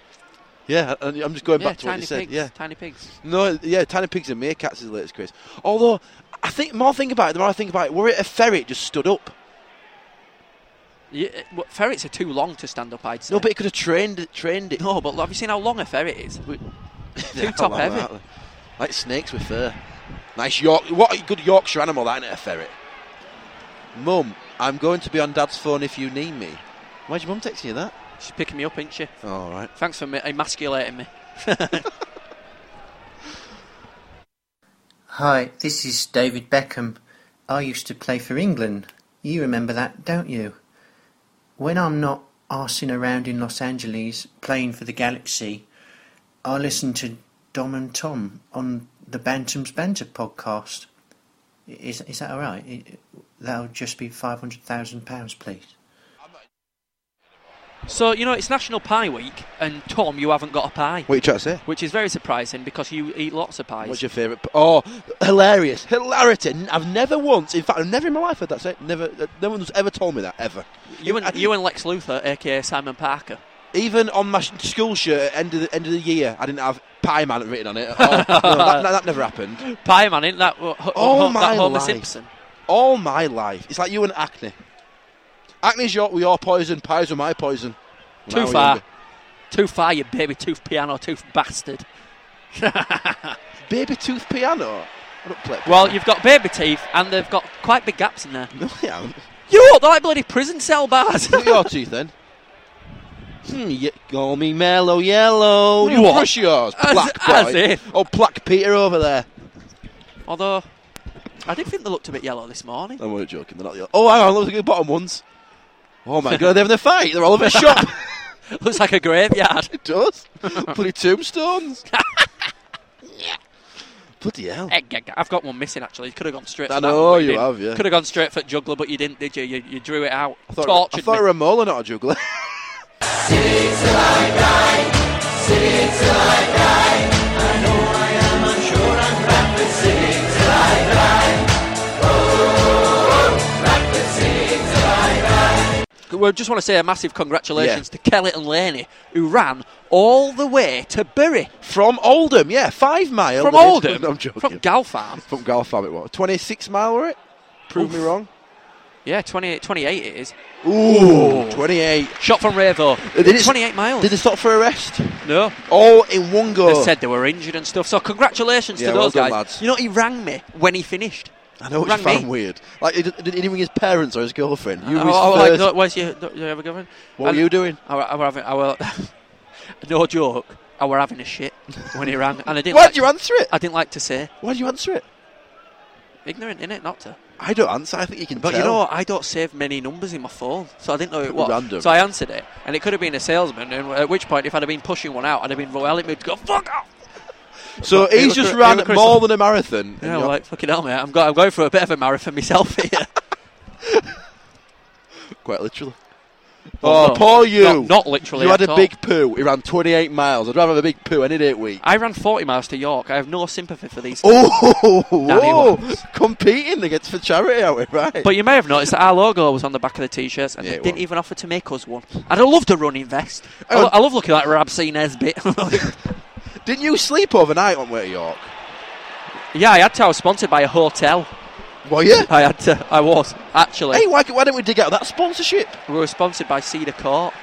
Speaker 4: Yeah, and I'm just going
Speaker 3: yeah,
Speaker 4: back to what
Speaker 3: tiny
Speaker 4: you said.
Speaker 3: pigs.
Speaker 4: Yeah,
Speaker 3: Tiny pigs.
Speaker 4: no, yeah, tiny pigs and meerkats is the latest craze. Although, I think the more I think about it, the more I think about it, were it a ferret just stood up?
Speaker 3: Yeah, uh, well, ferrets are too long to stand up, I'd say.
Speaker 4: No, but it could have trained trained it.
Speaker 3: No, but look, have you seen how long a ferret is?
Speaker 4: They're
Speaker 3: top
Speaker 4: like
Speaker 3: heavy.
Speaker 4: that, aren't they? Like snakes with fur. Nice York. What a good Yorkshire animal that, ain't it? A ferret. Mum, I'm going to be on Dad's phone if you need me. Why'd your mum text you that?
Speaker 3: She's picking me up, ain't she?
Speaker 4: Oh, all right.
Speaker 3: Thanks for me- emasculating me.
Speaker 8: Hi, this is David Beckham. I used to play for England. You remember that, don't you? When I'm not arsing around in Los Angeles playing for the Galaxy, I listen to Dom and Tom on the Bantams Banter podcast. Is is that all right? It- That'll just be five hundred thousand pounds, please.
Speaker 3: So, you know, it's National Pie Week, and Tom, you haven't got a pie.
Speaker 4: What are you trying to say?
Speaker 3: Which is very surprising because you eat lots of pies.
Speaker 4: What's your favourite? p- Oh, hilarious. Hilarity. N- I've never once, in fact, I've never in my life heard that said. Never, uh, no one's ever told me that, ever.
Speaker 3: you, and, you and Lex Luthor, aka Simon Parker.
Speaker 4: Even on my sh- school shirt at end of the end of the year, I didn't have Pie Man written on it. at all. No, that, that never happened.
Speaker 3: Pie man, isn't that, what- ho-
Speaker 4: Oh,
Speaker 3: ho-
Speaker 4: my
Speaker 3: that Homer
Speaker 4: life.
Speaker 3: Simpson?
Speaker 4: All my life, it's like you and acne. Acne's your, were your poison. Pies were my poison. When I
Speaker 3: Too
Speaker 4: was
Speaker 3: far.
Speaker 4: younger.
Speaker 3: Too far, you baby tooth piano tooth bastard.
Speaker 4: Baby tooth piano. I don't play.
Speaker 3: Well, you've got baby teeth, and they've got quite big gaps in there.
Speaker 4: no, I haven't.
Speaker 3: You look like bloody prison cell bars.
Speaker 4: Look at your teeth then. Hmm, you call me mellow yellow. You
Speaker 3: What?
Speaker 4: brush yours,
Speaker 3: As-
Speaker 4: black
Speaker 3: as
Speaker 4: boy.
Speaker 3: if.
Speaker 4: Oh, black Peter over there.
Speaker 3: Although, I did think they looked a bit yellow this morning.
Speaker 4: I'm only joking. They're not the. Oh, hang on, look at the bottom ones. Oh my god, they're having a fight. They're all over a shop.
Speaker 3: Looks like a graveyard.
Speaker 4: it does. Bloody tombstones. Bloody hell.
Speaker 3: Egg, egg, egg. I've got one missing actually. You could have gone straight.
Speaker 4: I
Speaker 3: for that
Speaker 4: know
Speaker 3: one, but
Speaker 4: you have, yeah.
Speaker 3: Could have gone straight for juggler, but you didn't, did you? You, you drew it out.
Speaker 4: I thought, I
Speaker 3: Tortured
Speaker 4: thought
Speaker 3: me.
Speaker 4: you were a molar, not a juggler.
Speaker 3: We just want to say a massive congratulations to Kelly and Laney, who ran all the way to Bury
Speaker 4: From Oldham, yeah, five mile.
Speaker 3: from
Speaker 4: that is.
Speaker 3: Oldham,
Speaker 4: No, I'm joking.
Speaker 3: from Gal Farm.
Speaker 4: From Golf Farm, it was. 26 mile, were it? Prove me
Speaker 3: Oof.
Speaker 4: wrong.
Speaker 3: Yeah, 28, 28 it is.
Speaker 4: Ooh, 28.
Speaker 3: Shot from Ravo.
Speaker 4: Did it-
Speaker 3: 28 miles.
Speaker 4: Did they stop for a rest?
Speaker 3: no.
Speaker 4: All in one go.
Speaker 3: They said they were injured and stuff. So congratulations
Speaker 4: Oh. Yeah,
Speaker 3: to
Speaker 4: well
Speaker 3: those
Speaker 4: done,
Speaker 3: guys.
Speaker 4: lads.
Speaker 3: You know, he rang me when he finished.
Speaker 4: I know what
Speaker 3: Rang
Speaker 4: you found
Speaker 3: me.
Speaker 4: weird. Like, he didn't, he didn't ring his parents or his girlfriend.
Speaker 3: I-
Speaker 4: You were his
Speaker 3: Oh, I- I like,
Speaker 4: first-
Speaker 3: "No, where's your, do you have a girlfriend?
Speaker 4: What
Speaker 3: And-
Speaker 4: were you doing?
Speaker 3: I, were- I were having, I were, no joke. I were having a shit when he rang, and I didn't.
Speaker 4: Why'd
Speaker 3: like,
Speaker 4: you answer it?
Speaker 3: I didn't like to say
Speaker 4: Why'd you answer it?
Speaker 3: ignorant, innit? Not to.
Speaker 4: I don't answer. I think you can
Speaker 3: But
Speaker 4: tell.
Speaker 3: you know, what? I don't save many numbers in my phone, so I didn't know it was.
Speaker 4: Random.
Speaker 3: So I answered it, and it could have been a salesman. And at which point, if I'd have been pushing one out, I'd have been well mood to go fuck off.
Speaker 4: So
Speaker 3: But it
Speaker 4: he's
Speaker 3: was
Speaker 4: just
Speaker 3: Chris-
Speaker 4: ran
Speaker 3: it was Chris-
Speaker 4: more than a marathon. and
Speaker 3: Yeah,
Speaker 4: you're-
Speaker 3: well, like fucking hell, mate. I'm, go- I'm going for a bit of a marathon myself here.
Speaker 4: quite literally.
Speaker 3: Well,
Speaker 4: Oh,
Speaker 3: no,
Speaker 4: poor you.
Speaker 3: Not, not literally.
Speaker 4: You had
Speaker 3: at
Speaker 4: a
Speaker 3: all.
Speaker 4: big poo. He ran 28 miles. I'd rather have a big poo any day of the week.
Speaker 3: I ran 40 miles to York. I have no sympathy for these.
Speaker 4: Oh, whoa.
Speaker 3: Wallace.
Speaker 4: competing against for charity, are we right?
Speaker 3: But you may have noticed that our logo was on the back of the t-shirts, and
Speaker 4: Yeah,
Speaker 3: they
Speaker 4: it
Speaker 3: didn't
Speaker 4: was.
Speaker 3: even offer to make us one. And I loved a running vest. I,
Speaker 4: Oh.
Speaker 3: lo- I love looking like Rabsy Nesbitt.
Speaker 4: Didn't you sleep overnight on way to York?
Speaker 3: yeah, I had to. I was sponsored by a hotel.
Speaker 4: Well, yeah.
Speaker 3: I had to. I was actually.
Speaker 4: Hey, why, why don't we dig out that sponsorship?
Speaker 3: We were sponsored by Cedar Court.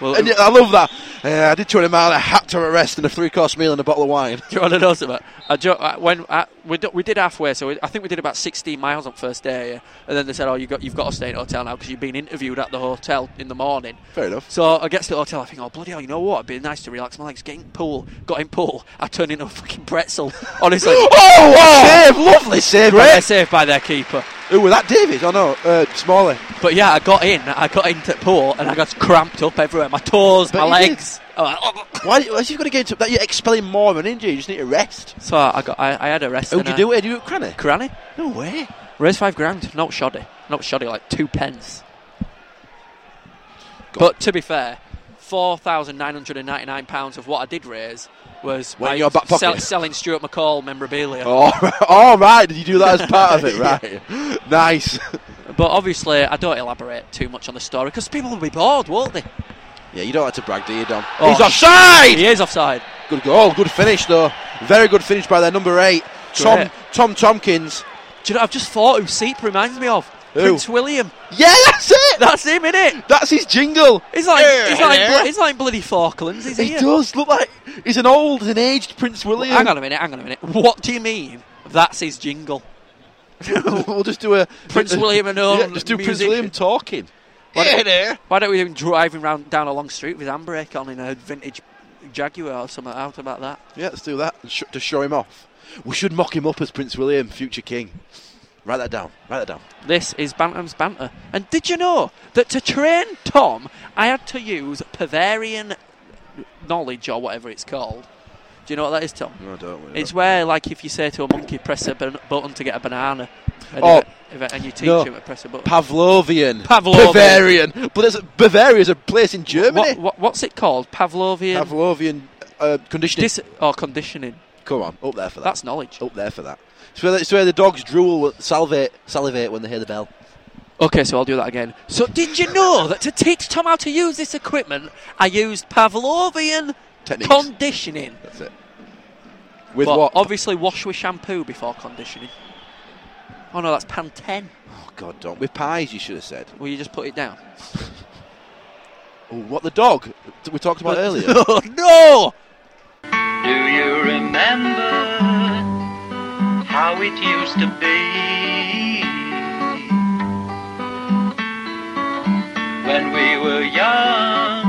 Speaker 3: Well,
Speaker 4: and
Speaker 3: it-
Speaker 4: I love that. Uh, I did 20 mile, a hat to arrest, and a three course meal and a bottle of wine.
Speaker 3: Do you want to know something? I jo- I- when I, we, do, we did halfway, so we, I think we did about 16 miles on first day, yeah? and then they said, "Oh, you got you've got to stay in a hotel now because you've been interviewed at the hotel in the morning."
Speaker 4: Fair enough.
Speaker 3: So I get to the hotel, I think, "Oh bloody hell, you know what? It'd be nice to relax my legs." Get in pool, got in pool. I turned into a fucking pretzel. Honestly,
Speaker 4: oh, save! Lovely save,
Speaker 3: great
Speaker 4: Brett.
Speaker 3: save by their keeper.
Speaker 4: Who was that, Davies? Oh no, uh, Smalley.
Speaker 3: But yeah, I got in, I got into the pool, and I got cramped up everywhere. My toes,
Speaker 4: But
Speaker 3: my
Speaker 4: you did.
Speaker 3: legs. I'm like, "Oh."
Speaker 4: Why? Why have you got to get into that? You're expelling more of an injury. You just need to rest.
Speaker 3: So I got, I, I had a rest.
Speaker 4: Who'd
Speaker 3: and
Speaker 4: you
Speaker 3: I-
Speaker 4: do it? Do you do Cranny?
Speaker 3: Granny.
Speaker 4: No way.
Speaker 3: Raised five grand, not shoddy, not shoddy, like two pence. But to be fair, four thousand nine hundred and ninety-nine pounds of what I did raise was
Speaker 4: Went
Speaker 3: by
Speaker 4: in your back pocket?
Speaker 3: sell- selling Stuart McCall memorabilia.
Speaker 4: All right, Oh, all right. Did you do that as part of it? Right. nice.
Speaker 3: But obviously, I don't elaborate too much on the story because people will be bored, won't they?
Speaker 4: Yeah, you don't like to brag, do you, Dom?
Speaker 3: Oh,
Speaker 4: He's offside.
Speaker 3: He is offside.
Speaker 4: Good goal. Good finish though. Very good finish by their number eight, Tom
Speaker 3: Great.
Speaker 4: Tom Tompkins.
Speaker 3: Do you know? I've just thought who Seep reminds me of
Speaker 4: Who?
Speaker 3: Prince William.
Speaker 4: Yeah, that's it.
Speaker 3: That's him, innit? it?
Speaker 4: that's his jingle.
Speaker 3: He's like he's like,
Speaker 4: Yeah.
Speaker 3: blo- he's like bloody Falklands. Is
Speaker 4: He
Speaker 3: he?
Speaker 4: does look like he's an old and aged Prince William.
Speaker 3: Hang on a minute. Hang on a minute. What do you mean? That's his jingle.
Speaker 4: we'll just do a
Speaker 3: Prince William and all
Speaker 4: yeah, just do Prince
Speaker 3: music.
Speaker 4: William talking.
Speaker 3: Why don't-
Speaker 4: there.
Speaker 3: Why don't we even driving round down a long street with handbrake on in a vintage Jaguar or something? Out about that.
Speaker 4: Yeah, let's do that and sh- to show him off. We should mock him up as Prince William, future king. Write that down. Write that down.
Speaker 3: This is Bantam's banter. And did you know that to train Tom, I had to use Bavarian knowledge or whatever it's called. Do you know what that is, Tom?
Speaker 4: No, don't.
Speaker 3: It's where, like, if you say to a monkey, press a ban- button to get a banana, and,
Speaker 4: Oh.
Speaker 3: if it- if it- and you teach
Speaker 4: No.
Speaker 3: him to press a button.
Speaker 4: Pavlovian.
Speaker 3: Pavlovian.
Speaker 4: Bavarian. But there's a, Bavaria's a place in
Speaker 3: What,
Speaker 4: Germany.
Speaker 3: what, what's it called? Pavlovian
Speaker 4: Pavlovian uh, conditioning.
Speaker 3: dis- or conditioning?
Speaker 4: Come on, up there for that.
Speaker 3: That's knowledge.
Speaker 4: up there for that. It's where, the, it's where the dogs drool, salivate, salivate when they hear the bell.
Speaker 3: Okay, so I'll do that again. So, did you know that to teach Tom how to use this equipment, I used Pavlovian
Speaker 4: Techniques.
Speaker 3: conditioning?
Speaker 4: That's it. With
Speaker 3: But
Speaker 4: what?
Speaker 3: Obviously, wash with shampoo before conditioning. Oh no, that's Pantene.
Speaker 4: oh God, don't. With pies, you should have said.
Speaker 3: Will you just put it down?
Speaker 4: Oh, what the dog that we talked about earlier?
Speaker 3: oh no!
Speaker 5: Do you remember how it used to be? When we were young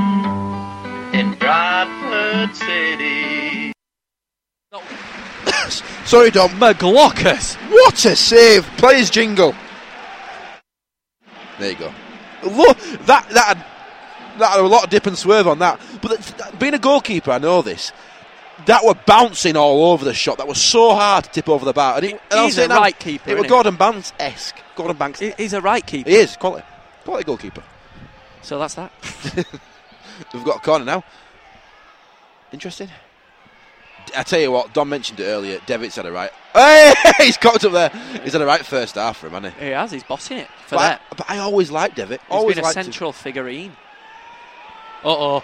Speaker 5: in Bradford City.
Speaker 4: Sorry, Dom.
Speaker 3: McGlockus.
Speaker 4: What a save! Players jingle. There you go. Look, that that had- that had a lot of dip and swerve on that. But that, that- being a goalkeeper, I know this. That were bouncing all over the shot. That was so hard to tip over the bar. And, it, and I'll
Speaker 3: He's
Speaker 4: say
Speaker 3: a
Speaker 4: now,
Speaker 3: right keeper,
Speaker 4: It
Speaker 3: isn't
Speaker 4: was
Speaker 3: he?
Speaker 4: Gordon Banks esque. Gordon Banks.
Speaker 3: He-
Speaker 4: He
Speaker 3: He's a right keeper.
Speaker 4: is quality, quality goalkeeper.
Speaker 3: So that's that.
Speaker 4: We've got a corner now. Interesting. I tell you what, Don mentioned it earlier. Devitt's had a right. Hey, he's cocked up there. He's had a right first half for him, hasn't he?
Speaker 3: He has. He's bossing it for
Speaker 4: but,
Speaker 3: that.
Speaker 4: I, but I always liked Devitt.
Speaker 3: He's
Speaker 4: Always
Speaker 3: been a
Speaker 4: liked him.
Speaker 3: central figurine. Uh oh.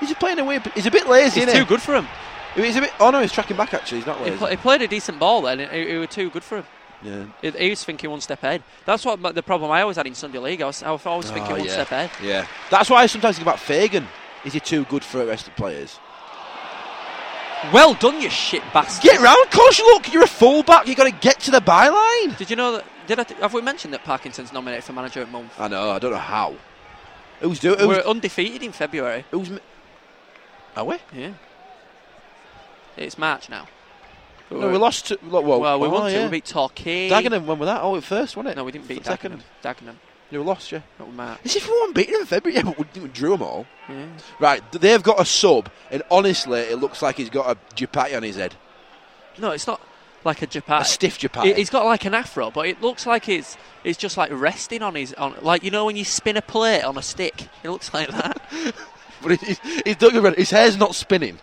Speaker 4: He's just playing away. but He's a bit lazy,
Speaker 3: He's
Speaker 4: isn't
Speaker 3: too good for him.
Speaker 4: he? He's a bit. Oh no, he's tracking back. Actually, he's not
Speaker 3: He,
Speaker 4: lazy.
Speaker 3: pl- he played a decent ball then. It, it, it were too good for him.
Speaker 4: yeah.
Speaker 3: He, he was thinking one step ahead. That's what my- the problem I always had in Sunday League. I was, I was always thinking
Speaker 4: Oh,
Speaker 3: one
Speaker 4: yeah.
Speaker 3: step ahead.
Speaker 4: Yeah. That's why I sometimes think about Fagan. Is he too good for the rest of the players?
Speaker 3: Well done, you shit bastard.
Speaker 4: Get round, coach. Look, you're a fullback. You got to get to the byline.
Speaker 3: Did you know that? Did I th- have we mentioned that Parkinson's nominated for manager at month?
Speaker 4: I know. I don't know how. Who's doing? Who's,
Speaker 3: We're undefeated in February.
Speaker 4: who's? m- Are we?
Speaker 3: Yeah. It's March now.
Speaker 4: No, we lost. To, lo- well,
Speaker 3: Well, we
Speaker 4: oh,
Speaker 3: won to.
Speaker 4: yeah.
Speaker 3: We beat Torquay.
Speaker 4: Dagenham. When was that? Oh, at first, wasn't it?
Speaker 3: No, we didn't beat
Speaker 4: second.
Speaker 3: Dagenham. Dagenham.
Speaker 4: You lost, yeah.
Speaker 3: Not with March.
Speaker 4: Is it for one beating in February? Yeah, but we, we drew them all.
Speaker 3: Yeah.
Speaker 4: Right, th- they've got a sub, and honestly, it looks like he's got a japati on his head.
Speaker 3: No, it's not like a Japan.
Speaker 4: A stiff japati.
Speaker 3: Uh, He- He's got like an afro, but it looks like it's it's just like resting on his on like you know when you spin a plate on a stick. It looks like that.
Speaker 4: but he's, he's, don't get me wrong, his hair's not spinning.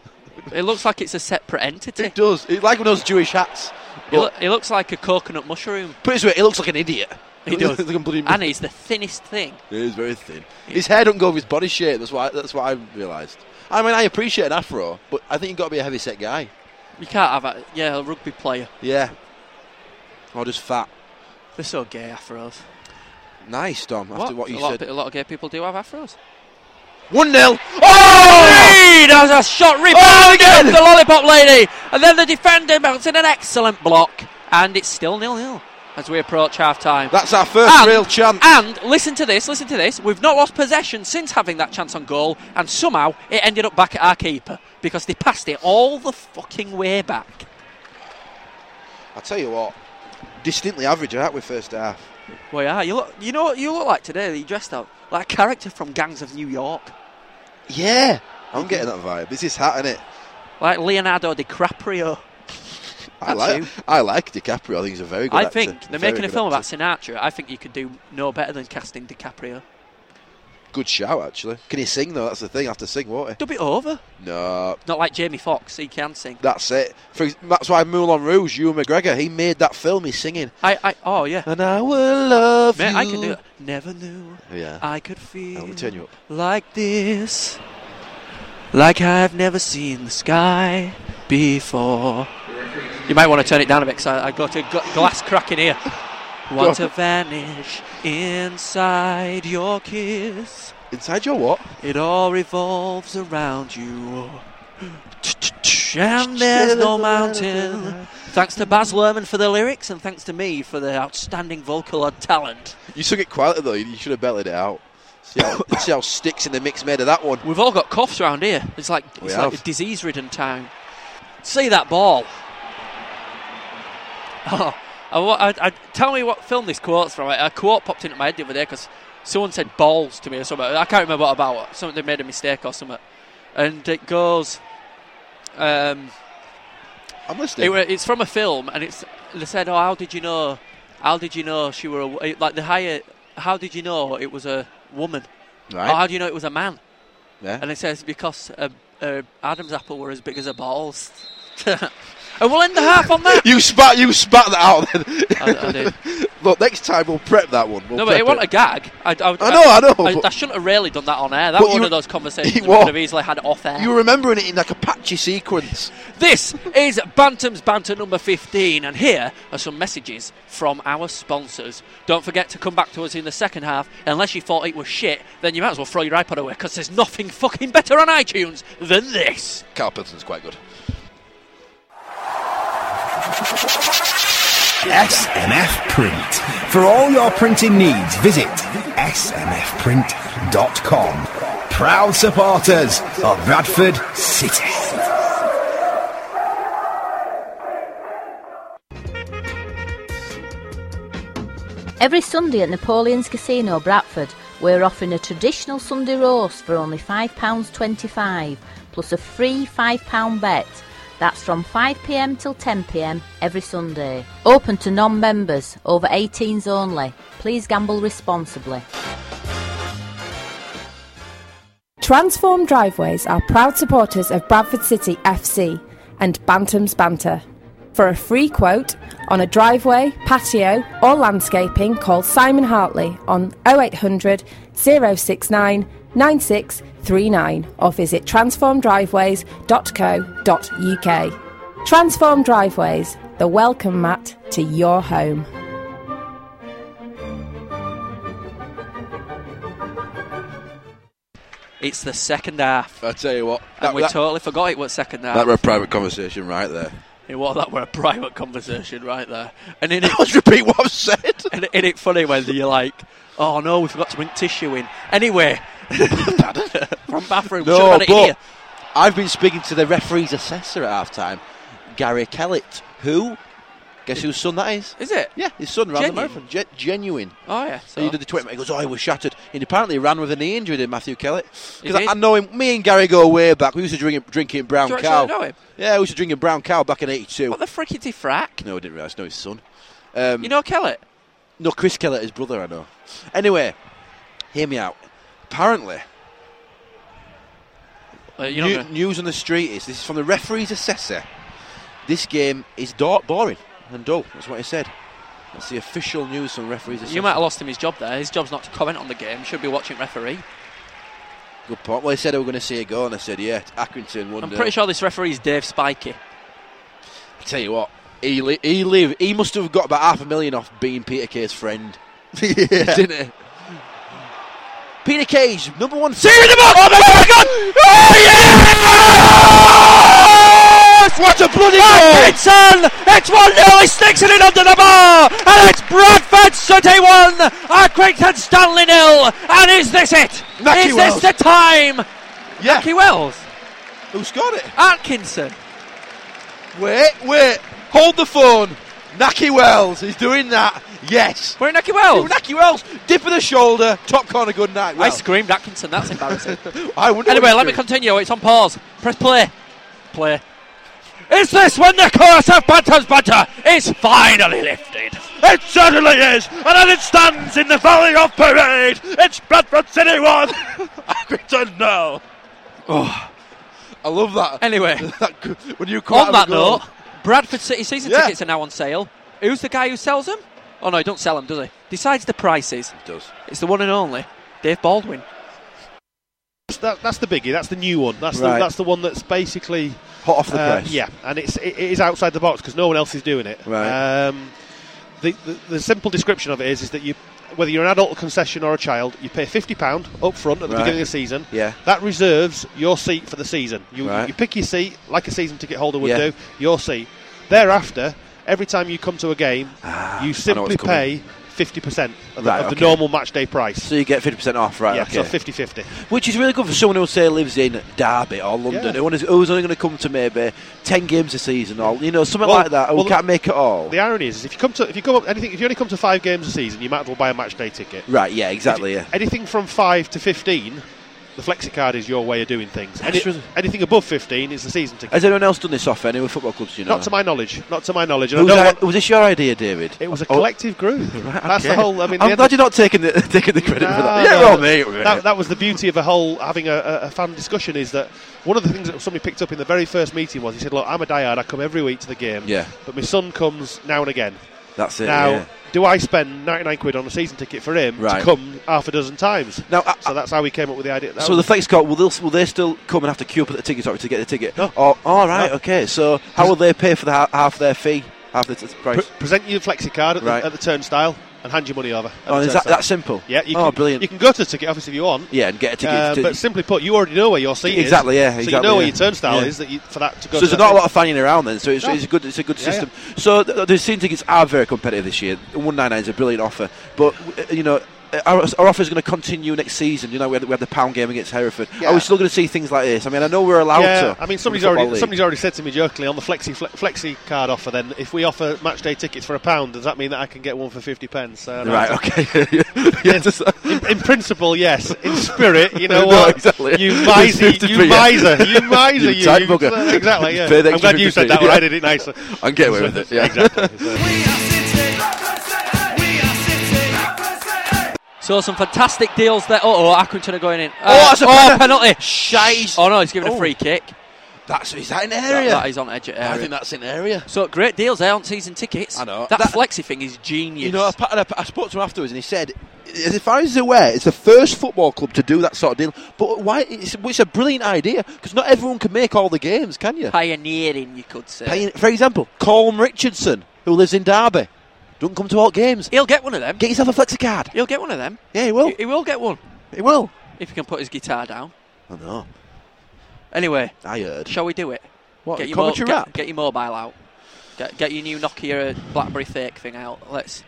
Speaker 3: it looks like it's a separate entity.
Speaker 4: It does. It's like one of those Jewish hats.
Speaker 3: He,
Speaker 4: But,
Speaker 3: loo- he looks like a coconut mushroom,
Speaker 4: put it this way, it looks like an idiot.
Speaker 3: He does.
Speaker 4: Like a bloody-
Speaker 3: and he's the thinnest thing.
Speaker 4: He is very thin. His hair don't go with his body shape. That's why. That's what I realised. I mean, I appreciate an afro, but I think you've got to be a heavy set guy.
Speaker 3: You can't have a yeah a rugby player.
Speaker 4: Yeah. Or just fat.
Speaker 3: They're so gay afros.
Speaker 4: Nice, Dom, after what, you
Speaker 3: a, lot of
Speaker 4: said.
Speaker 3: pe- a lot of gay people do have afros.
Speaker 4: 1 0.
Speaker 3: Oh! Reed has a shot rebound
Speaker 4: again!
Speaker 3: again. the lollipop lady, and then the defender mounts in an excellent block, and it's still nil nil as we approach half time.
Speaker 4: That's our first
Speaker 3: And-
Speaker 4: real chance.
Speaker 3: And listen to this, listen to this. We've not lost possession since having that chance on goal, and somehow it ended up back at our keeper because they passed it all the fucking way back.
Speaker 4: I tell you what, distinctly average, aren't we, first half?
Speaker 3: Well, yeah, you look. You know what you look like today? You dressed up like a character from Gangs of New York,
Speaker 4: Yeah. I'm getting that vibe. It's his hat, innit?
Speaker 3: like Leonardo DiCaprio.
Speaker 4: I
Speaker 3: That's
Speaker 4: like
Speaker 3: you.
Speaker 4: I like DiCaprio. I think he's a very good
Speaker 3: I
Speaker 4: actor.
Speaker 3: think they're
Speaker 4: Very
Speaker 3: making a
Speaker 4: good
Speaker 3: film
Speaker 4: actor.
Speaker 3: about Sinatra. I think you could do no better than casting DiCaprio.
Speaker 4: Good shout, actually. Can he sing, though? That's the thing. I have to sing, won't
Speaker 3: Dub it over.
Speaker 4: he? No.
Speaker 3: Not like Jamie Foxx, he can sing.
Speaker 4: That's it. For, ex- that's why Moulin Rouge, Hugh McGregor, he made that film. He's singing.
Speaker 3: I, I oh yeah.
Speaker 4: And I will love
Speaker 3: Man,
Speaker 4: you.
Speaker 3: I can do it. Never knew
Speaker 4: Yeah.
Speaker 3: I could feel
Speaker 4: let me turn you up.
Speaker 3: like this. Like I've never seen the sky before. You might want to turn it down a bit because I, I got a gl- glass crack in here. Want to vanish inside your kiss.
Speaker 4: Inside your what?
Speaker 3: It all revolves around you. And there's no mountain. Thanks to Baz Luhrmann for the lyrics, and thanks to me for the outstanding vocal and talent.
Speaker 4: You sung it quietly, though. You should have belted it out. See how, see how sticks in the mix made of that one.
Speaker 3: We've all got coughs around here. It's like
Speaker 4: We
Speaker 3: it's like
Speaker 4: have.
Speaker 3: a disease-ridden town. See that ball? Oh, I, wa- I, I, tell me what film this quote's from. A quote popped into my head the other day because someone said balls to me or something. I can't remember what about. Something they made a mistake or something, and it goes. Um,
Speaker 4: I'm listening.
Speaker 3: It, were- it's from a film, and it's they said, "Oh, how did you know? How did you know she were a w- it- like the higher? How did you know it was a woman? Or
Speaker 4: right.
Speaker 3: how do you know it was a man?"
Speaker 4: Yeah.
Speaker 3: And it says because uh, uh, Adam's apple were as big as a balls. and we'll end the half on that.
Speaker 4: You spat, you spat that out then.
Speaker 3: I, I did.
Speaker 4: Look, next time we'll prep that one. We'll
Speaker 3: No, but
Speaker 4: prep
Speaker 3: it wasn't a gag. I, I,
Speaker 4: I know, I know,
Speaker 3: I,
Speaker 4: but-
Speaker 3: I shouldn't have really done that on air. That
Speaker 4: But
Speaker 3: was one
Speaker 4: you-
Speaker 3: of those conversations
Speaker 4: it
Speaker 3: we
Speaker 4: was.
Speaker 3: could have easily had off air.
Speaker 4: You were remembering it in like a patchy sequence.
Speaker 3: This is Bantam's Banter number 15, and here are some messages from our sponsors. Don't forget to come back to us in the second half. Unless you thought it was shit, then you might as well throw your iPod away because there's nothing fucking better on iTunes than this.
Speaker 4: Carl Pilson's quite good.
Speaker 9: SMF Print. For all your printing needs, visit smfprint.com. Proud supporters of Bradford City.
Speaker 10: Every Sunday at Napoleon's Casino, Bradford, we're offering a traditional Sunday roast for only £5.25 plus a free £5 bet. That's from 5pm till 10pm every Sunday. Open to non members, over 18s only. Please gamble responsibly.
Speaker 11: Transform Driveways are proud supporters of Bradford City FC and Bantam's Banter. For a free quote on a driveway, patio, or landscaping, call Simon Hartley on 0800 069 9639 or visit transformdriveways.co.uk. Transform Driveways, the welcome mat to your home.
Speaker 3: It's the second half.
Speaker 4: I tell you what,
Speaker 3: And
Speaker 4: that,
Speaker 3: we
Speaker 4: that,
Speaker 3: totally forgot it was second half.
Speaker 4: that were a private conversation right there.
Speaker 3: it was that were a private conversation right there. And in it,
Speaker 4: Let's repeat what I've said.
Speaker 3: and in it funny when you're like, oh no, we forgot to bring tissue in. Anyway, from bathroom, should have had it here.
Speaker 4: I've been speaking to the referee's assessor at half time, Gary Kellett, who, guess whose son that is?
Speaker 3: Is it?
Speaker 4: Yeah, his son ran
Speaker 3: Genuine?
Speaker 4: the marathon. Ge- genuine.
Speaker 3: Oh yeah.
Speaker 4: So he did the 20 He goes, oh, he was shattered. And apparently he ran with a knee injury, did Matthew Kellett.
Speaker 3: He
Speaker 4: Because I,
Speaker 3: did?
Speaker 4: I know him, me and Gary go way back. We used to drink, drink it in Brown
Speaker 3: Do you
Speaker 4: Cow.
Speaker 3: actually know him?
Speaker 4: Yeah, we used to drink in Brown Cow back in 82.
Speaker 3: What the frick is he frack?
Speaker 4: No, I didn't realise. No, his son. Um,
Speaker 3: You know Kellett?
Speaker 4: no, Chris Keller, his brother, I know. Anyway, hear me out. Apparently,
Speaker 3: Uh, you
Speaker 4: new- news on the street is this is from the referee's assessor. This game is do- boring and dull. That's what he said. That's the official news from the referee's assessor.
Speaker 3: you might have lost him his job there. His job's not to comment on the game. Should be watching referee.
Speaker 4: Good point. Well, he said they were going to see a goal, and I said, yeah, Accrington won.
Speaker 3: I'm pretty sure this referee's Dave Spikey.
Speaker 4: Tell you what, he li- he live. He must have got about half a million off being Peter Kay's friend. yeah.
Speaker 3: didn't it?
Speaker 4: Peter Cage, number one. See you in the box! Oh my god! Oh yes! Oh, What a bloody goal!
Speaker 3: Dixon! It's 1 0, he sticks it in under the bar! And it's Bradford City 1, Accrington Stanley 0. And is this it?
Speaker 4: Naki
Speaker 3: is
Speaker 4: Wells.
Speaker 3: this the time?
Speaker 4: Yeah.
Speaker 3: Naki Wells,
Speaker 4: Who scored it?
Speaker 3: Atkinson.
Speaker 4: Wait, wait. Hold the phone. Naki Wells is doing that. Yes.
Speaker 3: We're in Naki Wells.
Speaker 4: Naki Wells, dip of the shoulder, top corner, good night.
Speaker 3: I
Speaker 4: Wells.
Speaker 3: screamed Atkinson, that's embarrassing.
Speaker 4: I wouldn't.
Speaker 3: anyway, let me continue. It's on pause. Press play. Play. Is this when the chorus of Bantam's Banter is finally lifted?
Speaker 12: It certainly is, and as it stands in the valley of parade, it's Bradford City 1, Accrington now.
Speaker 4: Oh, I love that.
Speaker 3: Anyway,
Speaker 4: That g- when you call
Speaker 3: on
Speaker 4: out
Speaker 3: that
Speaker 4: of a goal.
Speaker 3: note, Bradford City season
Speaker 4: Yeah.
Speaker 3: tickets are now on sale. Who's the guy who sells them? Oh no, he don't sell them, does he? Decides the prices.
Speaker 4: does.
Speaker 3: It's the one and only Dave Baldwin.
Speaker 13: That, that's the biggie. That's the new one. That's
Speaker 4: Right.
Speaker 13: the, that's the one that's basically
Speaker 4: Hot off the
Speaker 13: uh,
Speaker 4: press.
Speaker 13: Yeah, and it's it, it is outside the box because no one else is doing it.
Speaker 4: Right.
Speaker 13: Um, the, the the simple description of it is is that you whether you're an adult concession or a child, you pay fifty pound up front at the
Speaker 4: Right.
Speaker 13: beginning of the season.
Speaker 4: Yeah.
Speaker 13: That reserves your seat for the season. You
Speaker 4: Right.
Speaker 13: you pick your seat like a season ticket holder would
Speaker 4: Yeah.
Speaker 13: do. Your seat. Thereafter, every time you come to a game, you simply
Speaker 4: Ah, what's coming.
Speaker 13: pay fifty percent of, the-
Speaker 4: Right,
Speaker 13: of the
Speaker 4: okay.
Speaker 13: normal match day price.
Speaker 4: So you get 50% off, right?
Speaker 13: yeah,
Speaker 4: okay.
Speaker 13: so 50-50.
Speaker 4: Which is really good for someone who say lives in Derby or London,
Speaker 13: Yeah.
Speaker 4: who is, who's only going to come to maybe ten games a season or you know something
Speaker 13: Well-
Speaker 4: like that. Who
Speaker 13: well,
Speaker 4: can't make it all?
Speaker 13: The irony is, is if you come to if you come up anything if you only come to five games a season, you might as well buy a match day ticket.
Speaker 4: Right? Yeah, exactly.
Speaker 13: If
Speaker 4: Yeah.
Speaker 13: you- Anything from five to fifteen, the flexi card is your way of doing things. Any-
Speaker 4: That's really-
Speaker 13: anything above fifteen is the season ticket.
Speaker 4: Has anyone else done this off any with football clubs? do You know,
Speaker 13: Not to my knowledge. Not to my knowledge. And
Speaker 4: Who's
Speaker 13: I don't
Speaker 4: I-
Speaker 13: want-
Speaker 4: was this your idea, David?
Speaker 13: it was a
Speaker 4: Oh,
Speaker 13: collective group. That's the
Speaker 4: okay.
Speaker 13: whole. I mean,
Speaker 4: I'm
Speaker 13: the
Speaker 4: glad
Speaker 13: end-
Speaker 4: you're not taking the taking the credit for
Speaker 13: Ah,
Speaker 4: that. Yeah,
Speaker 13: no,
Speaker 4: well,
Speaker 13: that-
Speaker 4: mate.
Speaker 13: That, that was the beauty of a whole having a, a, a fan discussion is that one of the things that somebody picked up in the very first meeting was he said, "Look, I'm a diehard. I come every week to the game.
Speaker 4: Yeah.
Speaker 13: but my son comes now and again.
Speaker 4: That's it.
Speaker 13: now,
Speaker 4: yeah.
Speaker 13: do I spend 99 quid on a season ticket for him
Speaker 4: Right.
Speaker 13: to come half a dozen times?
Speaker 4: Now, uh,
Speaker 13: so that's how we came up with the idea. That
Speaker 4: So the
Speaker 13: was-
Speaker 4: flex card will they, will they still come and have to queue up at the ticket office to get the ticket?
Speaker 13: No.
Speaker 4: Oh, all right,
Speaker 13: No.
Speaker 4: okay. So how will they pay for the ha- half their fee, half the t- price?
Speaker 13: pre- present your flexi card at,
Speaker 4: Right.
Speaker 13: the, at the turnstile and hand your money over. at
Speaker 4: Oh, is
Speaker 13: the
Speaker 4: that
Speaker 13: turnstile.
Speaker 4: that simple?
Speaker 13: Yeah, you
Speaker 4: oh,
Speaker 13: can,
Speaker 4: brilliant.
Speaker 13: You can go to the ticket office if you want.
Speaker 4: yeah, and get a ticket.
Speaker 13: uh,
Speaker 4: to-
Speaker 13: but simply put, you already know where your seat
Speaker 4: Exactly,
Speaker 13: is.
Speaker 4: yeah,
Speaker 13: So you
Speaker 4: exactly,
Speaker 13: know where
Speaker 4: yeah.
Speaker 13: your turnstile
Speaker 4: Yeah.
Speaker 13: is that you, for that to go.
Speaker 4: so
Speaker 13: to
Speaker 4: there's
Speaker 13: that
Speaker 4: not a
Speaker 13: thing.
Speaker 4: lot of fanning around then. So it's,
Speaker 13: No.
Speaker 4: it's a good, it's a good
Speaker 13: Yeah,
Speaker 4: system. So th- the season tickets are very competitive this year. One nine nine is a brilliant offer, but uh, you know. uh, Our, our offer is going to continue next season. You know, we had, we had the pound game against Hereford. Are we
Speaker 13: Yeah.
Speaker 4: still going to see things like this? I mean, I know we're allowed
Speaker 13: yeah,
Speaker 4: to.
Speaker 13: I mean,
Speaker 4: in
Speaker 13: somebody's
Speaker 4: the football
Speaker 13: already
Speaker 4: league.
Speaker 13: somebody's already said to me jokingly on the flexi fle- flexi card offer. Then, if we offer match day tickets for a pound, does that mean that I can get one for fifty pence? So, no,
Speaker 4: Right,
Speaker 13: it's-
Speaker 4: okay. yeah, just-
Speaker 13: in, in principle, yes. In spirit, you know
Speaker 4: No,
Speaker 13: what?
Speaker 4: exactly.
Speaker 13: You miser,
Speaker 4: It's 50p,
Speaker 13: you
Speaker 4: yeah.
Speaker 13: miser, you
Speaker 4: You
Speaker 13: miser, you.
Speaker 4: tight bugger.
Speaker 13: Exactly.
Speaker 4: You
Speaker 13: Yeah.
Speaker 4: pay the
Speaker 13: I'm
Speaker 4: extra
Speaker 13: glad you said
Speaker 4: 50p,
Speaker 13: that when
Speaker 4: yeah.
Speaker 13: I did it nicer.
Speaker 4: I get away with it, yeah.
Speaker 13: Exactly. So-
Speaker 3: So some fantastic deals there. Uh oh, Accrington are going in.
Speaker 4: Oh, that's a
Speaker 3: penalty. Oh no, he's given a free kick.
Speaker 4: That's is that an
Speaker 3: That-
Speaker 4: area?
Speaker 3: that is on edge of area.
Speaker 4: I think that's an area.
Speaker 3: So great deals there on season tickets.
Speaker 4: I know.
Speaker 3: That,
Speaker 4: That-
Speaker 3: flexi thing is genius.
Speaker 4: You know, I, pa- and I, I spoke to him afterwards, and he said, as far as he's aware, it's the first football club to do that sort of deal. But why? It's, it's a brilliant idea because not everyone can make all the games, can you?
Speaker 3: Pioneering, you could say.
Speaker 4: Pay- For example, Colm Richardson, who lives in Derby, don't come to all games.
Speaker 3: He'll get one of them.
Speaker 4: Get Oh. yourself a flexi card.
Speaker 3: He'll get one of them.
Speaker 4: Yeah, he will.
Speaker 3: He, he will get one
Speaker 4: He will.
Speaker 3: if he can put his guitar down.
Speaker 4: I know.
Speaker 3: Anyway,
Speaker 4: I heard.
Speaker 3: shall we do it?
Speaker 4: What,
Speaker 3: Get your,
Speaker 4: commentary
Speaker 3: get,
Speaker 4: wrap?
Speaker 3: get your mobile out. Get, get your new Nokia BlackBerry fake thing out. Let's.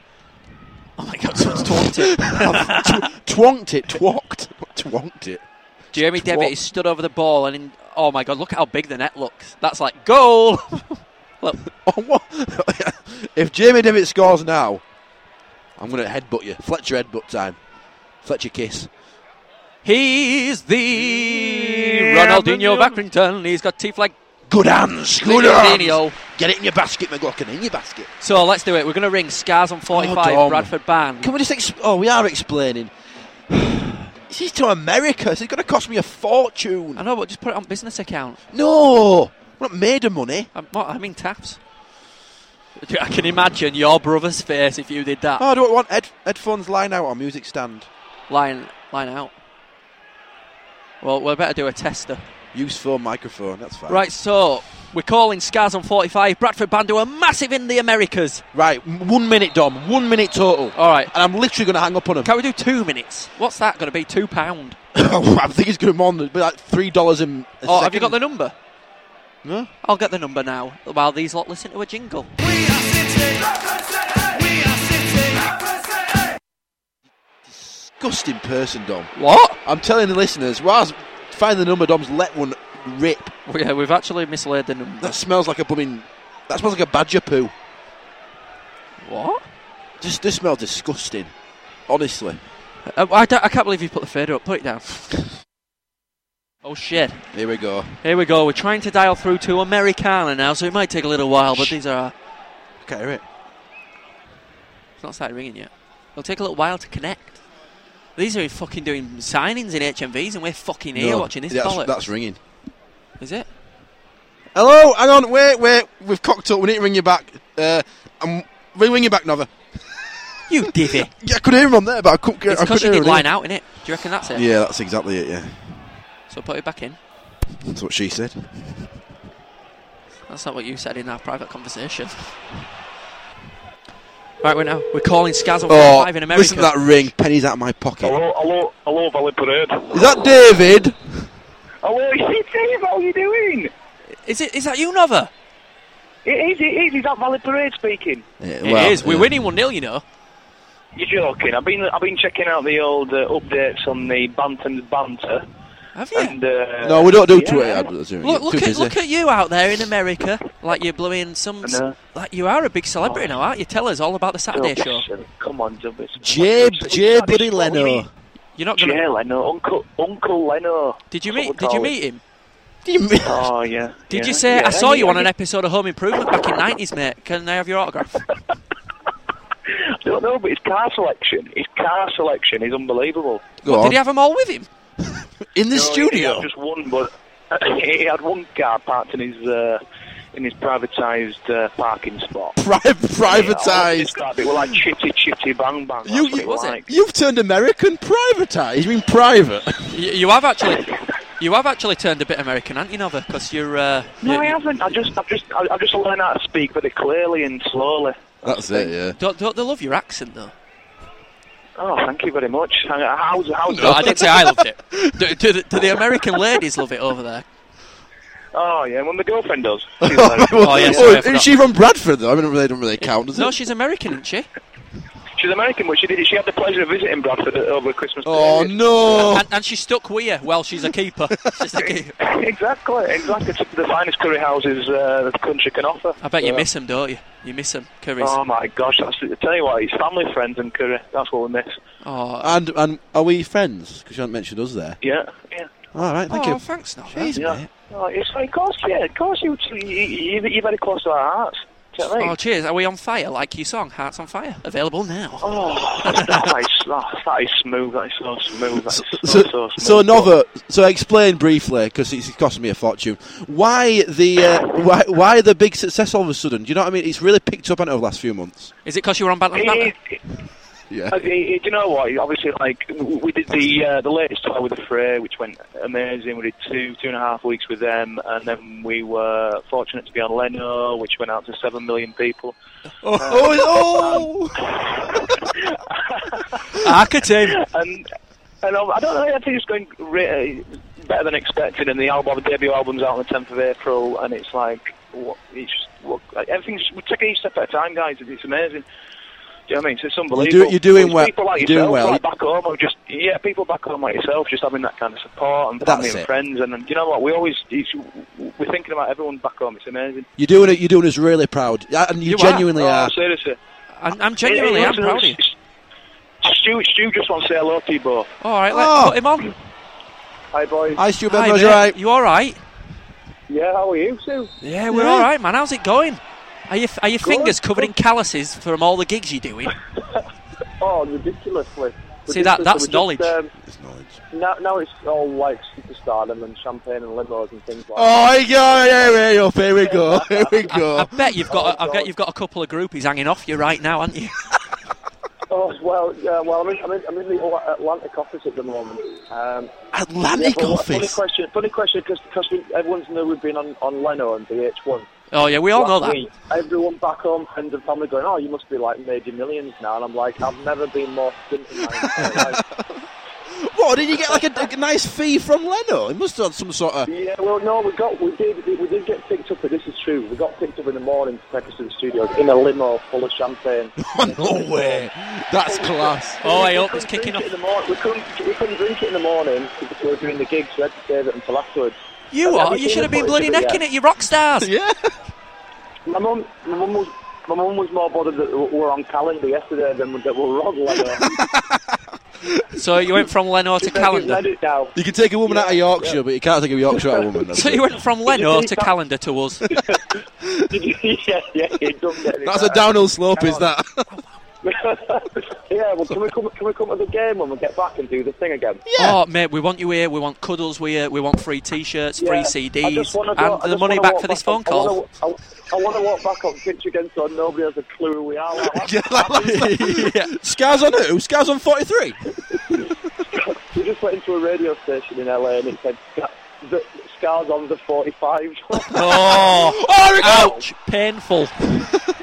Speaker 3: Oh my God, someone's talked it.
Speaker 4: twonked it, twonked, twonked it.
Speaker 3: Jeremy Devitt
Speaker 4: Twonk.
Speaker 3: is stood over the ball and in, oh my god, look at how big the net looks. That's like goal. look,
Speaker 4: Oh, what? if Jamie Devitt scores now, I'm going to headbutt you. Fletcher headbutt time. Fletcher kiss.
Speaker 3: he's the Ronaldinho of Accrington. He's got teeth like
Speaker 4: Good hands. Good
Speaker 3: Ronaldinho.
Speaker 4: hands. Get it in your basket, McLaughlin. In your basket.
Speaker 3: So let's do it. We're going to ring Scars on 45,
Speaker 4: Oh, Dom.
Speaker 3: Bradford Band.
Speaker 4: Can we just? Exp- oh, we are explaining. this is to America. This is going to cost me a fortune.
Speaker 3: I know, but just put it on business account.
Speaker 4: No, we're not made of money.
Speaker 3: I'm, not, I mean taps. I can imagine your brother's face if you did that.
Speaker 4: Oh, I don't want head- headphones lying out on music stand.
Speaker 3: Line, line out. Well, we better do a tester.
Speaker 4: Use phone microphone. That's fine.
Speaker 3: Right, so We're calling Scars on 45. Bradford Bandu are massive in the Americas.
Speaker 4: Right, m- one minute, Dom. One minute total.
Speaker 3: All right.
Speaker 4: And I'm literally going to hang up on him.
Speaker 3: Can we do two minutes? What's that going to be? Two pound.
Speaker 4: I think it's going to be more than be like three dollars and.
Speaker 3: oh, have you got the number? No. I'll get the number now. While these lot listen to a jingle.
Speaker 4: disgusting person, Dom?
Speaker 3: What?
Speaker 4: I'm telling the listeners. Whilst find the number, Dom's let one rip.
Speaker 3: Yeah, uh, we've actually mislaid the number.
Speaker 4: That smells like a bumming. That smells like a badger poo.
Speaker 3: What?
Speaker 4: Just this smells disgusting. Honestly.
Speaker 3: Uh, I, don't- I can't believe you put the fader up. Put it down. oh shit.
Speaker 4: Here we go.
Speaker 3: Here we go. We're trying to dial through to Americana now, so it might take a little while, but these are.
Speaker 4: Okay, hear it.
Speaker 3: It's not started ringing yet. It'll take a little while to connect. These are fucking doing signings in HMVs, and we're fucking here
Speaker 4: No,
Speaker 3: watching this
Speaker 4: that's,
Speaker 3: bollocks.
Speaker 4: that's ringing.
Speaker 3: Is it?
Speaker 4: Hello, hang on, wait, wait. We've cocked up. We need to ring you back. Uh, I'm we ring you back, Nova.
Speaker 3: You did it.
Speaker 4: yeah, I could hear him on there, but I couldn't. get-
Speaker 3: It's
Speaker 4: I
Speaker 3: because you
Speaker 4: couldn't hear
Speaker 3: did
Speaker 4: him
Speaker 3: line
Speaker 4: there.
Speaker 3: out in it. Do you reckon that's it?
Speaker 4: Yeah, that's exactly it. Yeah,
Speaker 3: So put it back in.
Speaker 4: that's what she said.
Speaker 3: That's not what you said in our private conversation. right, we're now we're calling Skaz on
Speaker 4: Oh,
Speaker 3: 45 in America.
Speaker 4: listen to that ring. Pennies out of my pocket.
Speaker 14: Hello, hello, hello, Valley Parade.
Speaker 4: Is that David?
Speaker 14: Hello, it's Dave, how are you doing?
Speaker 3: Is it? Is that you, Nova?
Speaker 14: It is, it is, is that Valley Parade speaking?
Speaker 3: it is. We're winning one 0 you know.
Speaker 14: You're joking, I've been I've been checking out the old uh, updates on the Bantam's Banter.
Speaker 3: Have
Speaker 14: you? And, uh,
Speaker 4: No, we don't do
Speaker 14: yeah.
Speaker 4: Twitter adverts. do we?
Speaker 3: Look,
Speaker 4: Too
Speaker 3: look at
Speaker 4: busy.
Speaker 3: look at you out there in America, like you're blowing some.
Speaker 14: I know. Oh.
Speaker 3: Like you are a big celebrity now, aren't you? Tell us all about the Saturday show.
Speaker 14: Dobson, Come on, Dubbis.
Speaker 4: Jay, Jay, buddy
Speaker 3: Leno. You're not gonna.
Speaker 14: Jay Leno, Uncle, Uncle Leno.
Speaker 3: Did you
Speaker 14: That's
Speaker 3: meet?
Speaker 14: what we
Speaker 3: Did you
Speaker 14: call
Speaker 3: meet him?
Speaker 4: him?
Speaker 14: Oh, yeah.
Speaker 3: Did
Speaker 14: yeah,
Speaker 3: you say
Speaker 14: yeah,
Speaker 3: I saw
Speaker 14: yeah,
Speaker 3: you on
Speaker 14: yeah.
Speaker 3: an episode of Home Improvement back in '90s, mate? Can I have your autograph?
Speaker 14: I don't know, but his car selection, his car selection is unbelievable.
Speaker 3: What, Did he have them all with him?
Speaker 4: in the
Speaker 14: No, He had just one, but he had one car parked in his uh, in his privatised uh, parking spot.
Speaker 4: privatised.
Speaker 14: Yeah, it was like chitty chitty bang bang. That's
Speaker 4: You,
Speaker 14: what it was like.
Speaker 4: have turned American privatized. You mean private?
Speaker 3: You, you have actually, you have actually turned a bit American, aren't you, Nova? Because you're. Uh,
Speaker 14: No,
Speaker 3: you-
Speaker 14: I haven't. I just, I just, I, I just learned how to speak very clearly and slowly.
Speaker 4: That's it. Yeah.
Speaker 3: don't, don't they love your accent though?
Speaker 14: Oh, thank you very much. Hang on, How's
Speaker 8: Oh,
Speaker 14: how's
Speaker 3: No, I did say I loved it. Do, do, the, do the American ladies love it over there?
Speaker 14: Oh yeah, when the girlfriend does.
Speaker 3: Oh, yeah, sorry, I forgot.
Speaker 4: is she from Bradford though? I mean, it really don't really count, does it?
Speaker 3: No, she's American, isn't she?
Speaker 14: She's American, but she did. She had the pleasure of visiting Bradford over Christmas.
Speaker 4: Oh no!
Speaker 3: And, and she stuck with you. Well, she's a keeper. She's a keeper.
Speaker 14: Exactly, exactly. It's the finest curry houses uh, the country can offer.
Speaker 3: I bet you
Speaker 14: So-
Speaker 3: miss them, don't you? You miss them, Curry's.
Speaker 14: Oh my gosh! That's, I tell you what, it's family, friends, and curry. That's what we miss.
Speaker 3: Oh,
Speaker 4: And and are we friends? Because you haven't mentioned us there.
Speaker 14: Yeah, yeah.
Speaker 4: All right, thank
Speaker 3: oh,
Speaker 4: you.
Speaker 3: thanks, Nova.
Speaker 4: Jeez,
Speaker 14: yeah.
Speaker 4: mate.
Speaker 14: Oh, it's of course, yeah, of course. You, you, you, you're very close to our hearts. Do you know what I mean?
Speaker 3: Oh, cheers. Are we on fire? Like your song, Hearts on Fire. Available now.
Speaker 14: Oh, that, is, that, that is smooth. That is so smooth. That is so,
Speaker 4: So,
Speaker 14: so, smooth.
Speaker 4: so Nova, so explain briefly because it's cost me a fortune. Why the uh, why why the big success all of a sudden? Do you know what I mean? It's really picked up hasn't it, over the last few months.
Speaker 3: Is it because you were on Battle of Banter?
Speaker 14: It-
Speaker 4: Yeah.
Speaker 14: Uh, Do you know what? Obviously, like w- we did the uh, the latest tour with the Fray, which went amazing. We did two two and a half weeks with them, and then we were fortunate to be on Leno, which went out to seven million people.
Speaker 4: Oh, oh,
Speaker 3: Arcatim.
Speaker 14: And and um, I don't know. I think it's going re- uh, better than expected. And the album, the debut album's out on the tenth of April, and it's like what, it's just what, like, everything's we take it each step at a time, guys. It's amazing. Do you know what I mean? So It's unbelievable.
Speaker 4: you're doing
Speaker 14: It's
Speaker 4: well-
Speaker 14: People like
Speaker 4: you're doing
Speaker 14: yourself,
Speaker 4: well.
Speaker 14: like back home, are just yeah, people back home like yourself, just having that kind of support and family
Speaker 4: That's
Speaker 14: and
Speaker 4: it.
Speaker 14: friends. And, and you know what? We always it's, we're thinking about everyone back home. It's amazing.
Speaker 4: You're doing it. You're doing us really proud, Uh, and you,
Speaker 3: You are.
Speaker 4: genuinely
Speaker 14: Oh,
Speaker 4: are.
Speaker 14: seriously.
Speaker 3: I'm, I'm genuinely,
Speaker 14: Hey,
Speaker 3: I'm
Speaker 14: listen,
Speaker 3: proud of you.
Speaker 14: Stu, Stu just wants to say hello to you both.
Speaker 3: All right, let's
Speaker 4: Oh.
Speaker 3: put him on.
Speaker 14: Hi, boys.
Speaker 4: Hi, Stu
Speaker 3: Hi,
Speaker 4: Bedros,
Speaker 3: mate.
Speaker 4: you right?
Speaker 3: You all right?
Speaker 14: Yeah, how are you, Stu?
Speaker 3: Yeah, we're all right, man. How's it going? Are, you, are your fingers covered in calluses from all the gigs you're doing?
Speaker 14: Oh, ridiculously. um,
Speaker 3: See, that- that's knowledge.
Speaker 4: It's knowledge.
Speaker 14: now, now it's all like superstardom and champagne and limos and things like
Speaker 4: Oh, here we go, here we go, here we go, here we
Speaker 3: I
Speaker 4: go.
Speaker 14: Oh,
Speaker 3: bet you've got, a, I bet you've got a couple of groupies hanging off you right now, aren't you?
Speaker 14: Oh, Oh well, yeah, well, I'm in, I'm in, I'm in the Atl- Atlantic office at the moment. Um,
Speaker 3: Atlantic
Speaker 14: but what- Funny
Speaker 3: office?
Speaker 14: question. Funny question, because everyone's know we've been on, on Leno and VH1.
Speaker 3: Oh yeah, we all know
Speaker 14: Last
Speaker 3: that.
Speaker 14: week, Everyone back home, friends and family, going, "Oh, you must be like made your millions now," and I'm like, "I've never been more skint in my entire life."
Speaker 4: What did you get like a, a nice fee from Leno? He must have had some sort of.
Speaker 14: Yeah, well, no, we got, we did, we did get picked up. But this is true. We got picked up in the morning to take us to the studios in a limo full of champagne.
Speaker 4: no way. That's class.
Speaker 3: Oh, I
Speaker 14: We
Speaker 3: hope
Speaker 14: couldn't
Speaker 3: it's kicking
Speaker 14: drink
Speaker 3: off.
Speaker 14: it in the morning. We couldn't, we couldn't drink it in the morning because we were doing the gigs. We had to save it until afterwards.
Speaker 3: You
Speaker 14: Have- have
Speaker 3: are. You
Speaker 14: seen
Speaker 3: should have
Speaker 14: the
Speaker 3: been bloody
Speaker 14: footage of yet?
Speaker 3: necking it. You rock stars.
Speaker 4: yeah.
Speaker 14: My mum, my mum was. My mum was more bothered that we were on calendar yesterday than that we were on uh, Leno.
Speaker 3: So you went from Leno to
Speaker 14: She's like, "You've
Speaker 3: calendar.
Speaker 14: read it now.
Speaker 4: You can take a woman out of Yorkshire, but you can't take a Yorkshire out of a woman.
Speaker 3: So you went from Leno to calendar to us.
Speaker 14: yeah, yeah, it don't get any
Speaker 4: That's a
Speaker 14: better.
Speaker 4: downhill slope,
Speaker 14: Hang
Speaker 4: is
Speaker 14: on.
Speaker 4: that?
Speaker 14: yeah, well, can we come? Can we come to the game when we get back and do the thing again?
Speaker 3: Oh mate, we want you here. We want cuddles. We here. We want free T-shirts,
Speaker 14: Yeah,
Speaker 3: free
Speaker 14: I just
Speaker 3: CDs,
Speaker 14: wanna go- I
Speaker 3: and the
Speaker 14: just
Speaker 3: money
Speaker 14: wanna
Speaker 3: back
Speaker 14: walk
Speaker 3: for this phone
Speaker 14: back on- I
Speaker 3: call.
Speaker 14: wanna- I, I want to walk back on pitch again so nobody has a clue who we are. Like,
Speaker 4: Scars on who? Scars on 43?
Speaker 14: we just went into a radio station in LA and it said "Sca- the scars on the 45.
Speaker 3: Oh, ouch! Painful.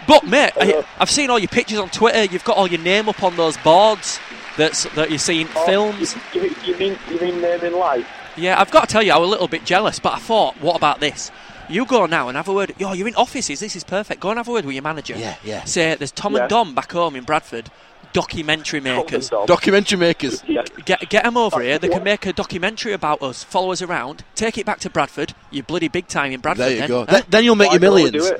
Speaker 3: But mate, I, I've seen all your pictures on Twitter. You've got all your name up on those boards. That's that you've seen
Speaker 14: Oh,
Speaker 3: films.
Speaker 14: you, mean- you mean you mean name in life?
Speaker 3: Yeah, I've got to tell you, I was a little bit jealous, but I thought, what about this? You go now and have a word. Yo, you're in offices. This is perfect. Go and have a word with your manager. Yeah,
Speaker 4: yeah.
Speaker 3: Say, there's Tom
Speaker 4: Yeah.
Speaker 3: and Dom back home in Bradford, documentary makers.
Speaker 4: Documentary makers.
Speaker 3: Get, get them over here. They can make a documentary about us. Follow us around. Take it back to Bradford. You bloody big time in Bradford.
Speaker 4: There you
Speaker 3: then,
Speaker 4: go.
Speaker 3: huh?
Speaker 4: Th- then you'll make your millions.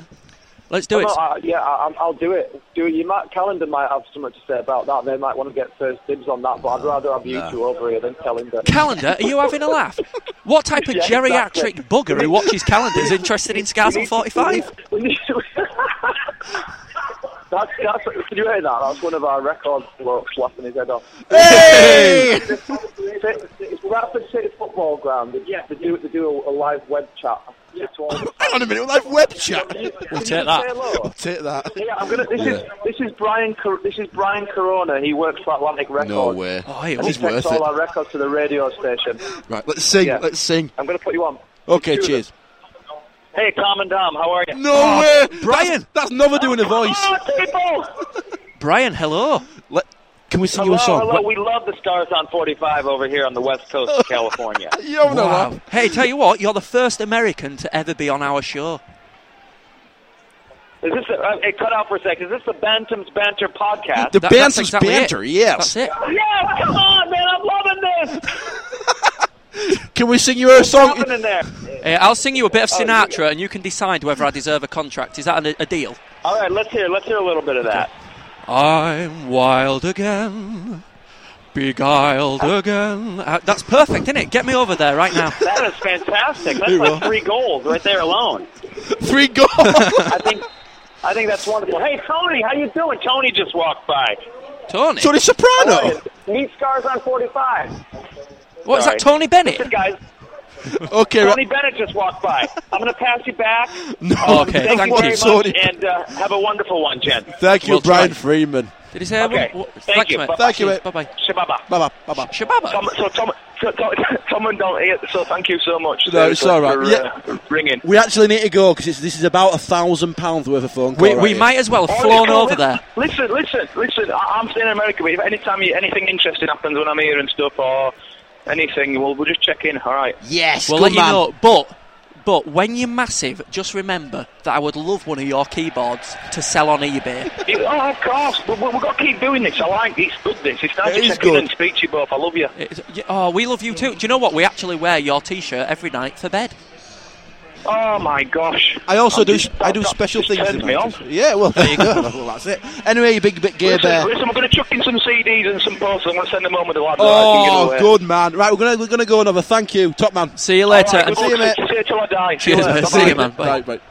Speaker 3: Let's do
Speaker 14: I'm
Speaker 3: it.
Speaker 14: not- I- yeah, I, I'm- I'll do it. Do it. You might calendar might have something to say about that. They might want to get first dibs on that, but I'd rather have you
Speaker 3: Nah.
Speaker 14: two over here than calendar.
Speaker 3: Calendar, are you having a laugh? What type of
Speaker 14: Yeah,
Speaker 3: geriatric
Speaker 14: exactly.
Speaker 3: bugger who watches calendar is interested in Scars on 45?
Speaker 14: That's, that's, did you hear that? That's one of our record blokes laughing his head off.
Speaker 4: Hey!
Speaker 14: It's- it's Bradford City Football Ground. They, yeah, they do, they do a, a live web chat. Hang
Speaker 4: on a minute, live web chat?
Speaker 3: We'll take that.
Speaker 4: I'll take that.
Speaker 14: Yeah, I'm gonna. This is
Speaker 4: Yeah.
Speaker 14: this is Brian. Cor- This is Brian Corona. He works for Atlantic Records.
Speaker 4: No way. Oh, hey,
Speaker 14: And
Speaker 4: it's
Speaker 14: he takes
Speaker 4: worth
Speaker 14: all
Speaker 4: it.
Speaker 14: our records to the radio station.
Speaker 4: Right, let's sing. Let's sing.
Speaker 14: I'm gonna put you on.
Speaker 4: Okay, cheers.
Speaker 14: Hey, Tom and Dom, how are you?
Speaker 4: No way! Brian! That's, never doing a voice.
Speaker 14: People,
Speaker 3: Brian, hello.
Speaker 4: Let, can we sing you
Speaker 14: hello,
Speaker 4: a song?
Speaker 14: hello.
Speaker 4: What-
Speaker 14: We love the stars on 45 over here on the west coast of California.
Speaker 3: Wow. Hey, tell you what, you're the first American to ever be on our show.
Speaker 14: Is this? A, uh, hey, cut out for a second. Is this the Bantams Banter podcast?
Speaker 3: That- that's exactly it. That's it.
Speaker 14: Yes, come on, man! I'm loving this.
Speaker 4: Can we sing you a song?
Speaker 14: Happening there.
Speaker 3: Eh, I'll sing you a bit
Speaker 14: Oh,
Speaker 3: of Sinatra and you can decide whether I deserve a contract. Is that an, a deal?
Speaker 14: All right, let's hear. Let's hear a little bit of that.
Speaker 3: I'm wild again, beguiled again. Uh, that's perfect, isn't it? Get me over there right now.
Speaker 14: That is fantastic. That's
Speaker 3: You
Speaker 14: like
Speaker 3: will.
Speaker 14: three goals right there alone.
Speaker 4: Three goals.
Speaker 14: I think. I think that's wonderful. Hey, Tony, how you doing? Tony just walked by.
Speaker 3: Tony.
Speaker 4: Tony Soprano.
Speaker 14: Meet Scars on 45.
Speaker 3: What is
Speaker 14: Sorry.
Speaker 3: that, Tony Bennett?
Speaker 14: Listen, guys,
Speaker 4: Okay,
Speaker 14: Tony
Speaker 4: right.
Speaker 14: Bennett just walked by. I'm going to pass you back.
Speaker 4: No,
Speaker 14: Um,
Speaker 4: okay,
Speaker 14: Thank
Speaker 4: thank
Speaker 14: you
Speaker 4: you,
Speaker 14: very much,
Speaker 4: Tony.
Speaker 14: and uh, have a wonderful one, Jen.
Speaker 4: Thank you,
Speaker 14: Well
Speaker 4: Brian
Speaker 14: tried.
Speaker 4: Freeman.
Speaker 3: Did he say
Speaker 14: Okay. Thank you. Bye-bye.
Speaker 4: Thank you, mate.
Speaker 3: Bye-bye.
Speaker 14: Shababa.
Speaker 4: Bye-bye. Bye-bye.
Speaker 14: Tom, so, Tom, so, Tom, Tom and Don, eh, so thank you so much.
Speaker 4: No,
Speaker 14: uh,
Speaker 4: it's
Speaker 14: for-
Speaker 4: all right.
Speaker 14: For,
Speaker 4: Yeah.
Speaker 14: uh, ringing.
Speaker 4: We actually need to go because this is about a thousand pounds worth of phone call.
Speaker 3: We,
Speaker 4: right
Speaker 3: we
Speaker 4: here.
Speaker 3: might as well have
Speaker 14: Oh,
Speaker 3: flown
Speaker 14: listen,
Speaker 3: over
Speaker 14: li-
Speaker 3: there.
Speaker 14: Listen, listen, listen. I, I'm staying in America, but if any time you, anything interesting happens when I'm here and stuff or anything, we'll, we'll just check in, all right?
Speaker 4: Yes,
Speaker 3: We'll let you know. But but when you're massive, just remember that I would love one of your keyboards to sell on eBay.
Speaker 14: You- oh, of course. We, we, we've got to keep doing this. I like this. good, this. It's nice
Speaker 3: It
Speaker 14: to
Speaker 3: is
Speaker 14: check in
Speaker 3: good.
Speaker 14: and speak to you both. I love you.
Speaker 3: It's- y- oh, we love you too. Do you know what? We actually wear your T-shirt every night for bed.
Speaker 14: Oh, my gosh.
Speaker 4: I also
Speaker 14: I'm
Speaker 4: do.
Speaker 14: just-
Speaker 4: I do special
Speaker 14: just
Speaker 4: things.
Speaker 14: turned
Speaker 4: in
Speaker 14: me
Speaker 4: Manchester. Yeah, well, there you go. well, that's it. Anyway, you big bit gear
Speaker 14: listen,
Speaker 4: bear.
Speaker 14: listen, I'm going to chuck in some CDs and some posters. I'm going to send them home with the lads.
Speaker 4: Oh,
Speaker 14: I can give away.
Speaker 4: good man. Right, we're gonna we're gonna go another. Thank you, top man.
Speaker 3: See you
Speaker 14: All right,
Speaker 3: later.
Speaker 14: good
Speaker 3: and-
Speaker 14: luck. See you till I die.
Speaker 3: Cheers,
Speaker 4: Uh,
Speaker 14: See
Speaker 3: mate.
Speaker 14: you later.
Speaker 3: See you,
Speaker 14: Bye-bye.
Speaker 3: man. Bye.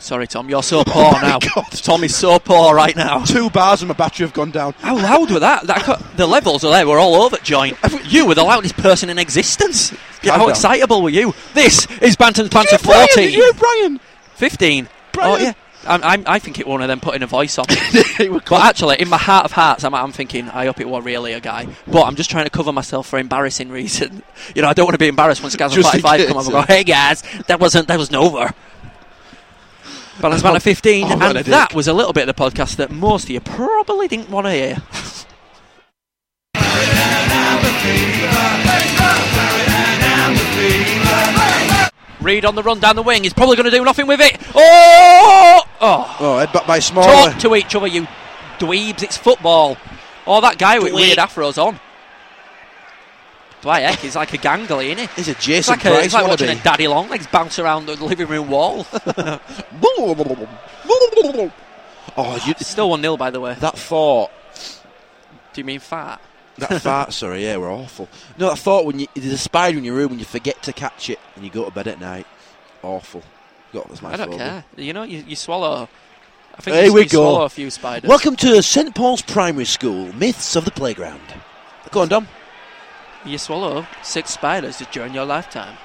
Speaker 3: Sorry, Tom. You're so poor now. Tom is so poor right now.
Speaker 4: Two bars and my battery have gone down.
Speaker 3: How loud were that? that co- the levels are there. We're all over joint. You were the loudest person in existence.
Speaker 4: Calm
Speaker 3: How
Speaker 4: down.
Speaker 3: excitable were you? This is Bantam's Banter
Speaker 4: Brian,
Speaker 3: 14.
Speaker 4: you, Brian.
Speaker 3: 15.
Speaker 4: Brian.
Speaker 3: Oh, yeah. I'm, I'm, I think it won't have then putting a voice on. but actually, in my heart of hearts, I'm, I'm thinking, I hope it were really a guy. But I'm just trying to cover myself for embarrassing reason. You know, I don't want to be embarrassed when Scars
Speaker 4: Just in
Speaker 3: 45 come
Speaker 4: case,
Speaker 3: up and
Speaker 4: yeah.
Speaker 3: go, hey guys, that wasn't, that was Nova. Balance Man of 15,
Speaker 4: Oh,
Speaker 3: and
Speaker 4: what a dick.
Speaker 3: that was a little bit of the podcast that most of you probably didn't want to hear. Reed on the run down the wing. He's probably going to do nothing with it. Oh! Oh,
Speaker 4: oh head back by Smaller.
Speaker 3: Talk to each other, you dweebs. It's football. Oh, that guy with
Speaker 4: Dweeb.
Speaker 3: weird afros on. Dwight Eck is like a gangly, isn't he?
Speaker 4: He's a
Speaker 3: It's
Speaker 4: Jason
Speaker 3: like, a,
Speaker 4: Price
Speaker 3: it's like watching
Speaker 4: wannabe.
Speaker 3: a daddy long legs bounce around the living room wall.
Speaker 4: Oh, you, it's
Speaker 3: still 1 0, by the way.
Speaker 4: That thought.
Speaker 3: Do you mean fat?
Speaker 4: That fart, sorry, yeah, we're awful. No, that thought when you there's a spider in your room and you forget to catch it and you go to bed at night. Awful. God, that's my
Speaker 3: I don't
Speaker 4: phobia.
Speaker 3: care. You know, you, you swallow. I think
Speaker 4: There
Speaker 3: you,
Speaker 4: we
Speaker 3: you
Speaker 4: go.
Speaker 3: swallow a few spiders.
Speaker 4: Welcome to St Paul's Primary School. Myths of the playground. Go on, Dom.
Speaker 3: You swallow six spiders during your lifetime.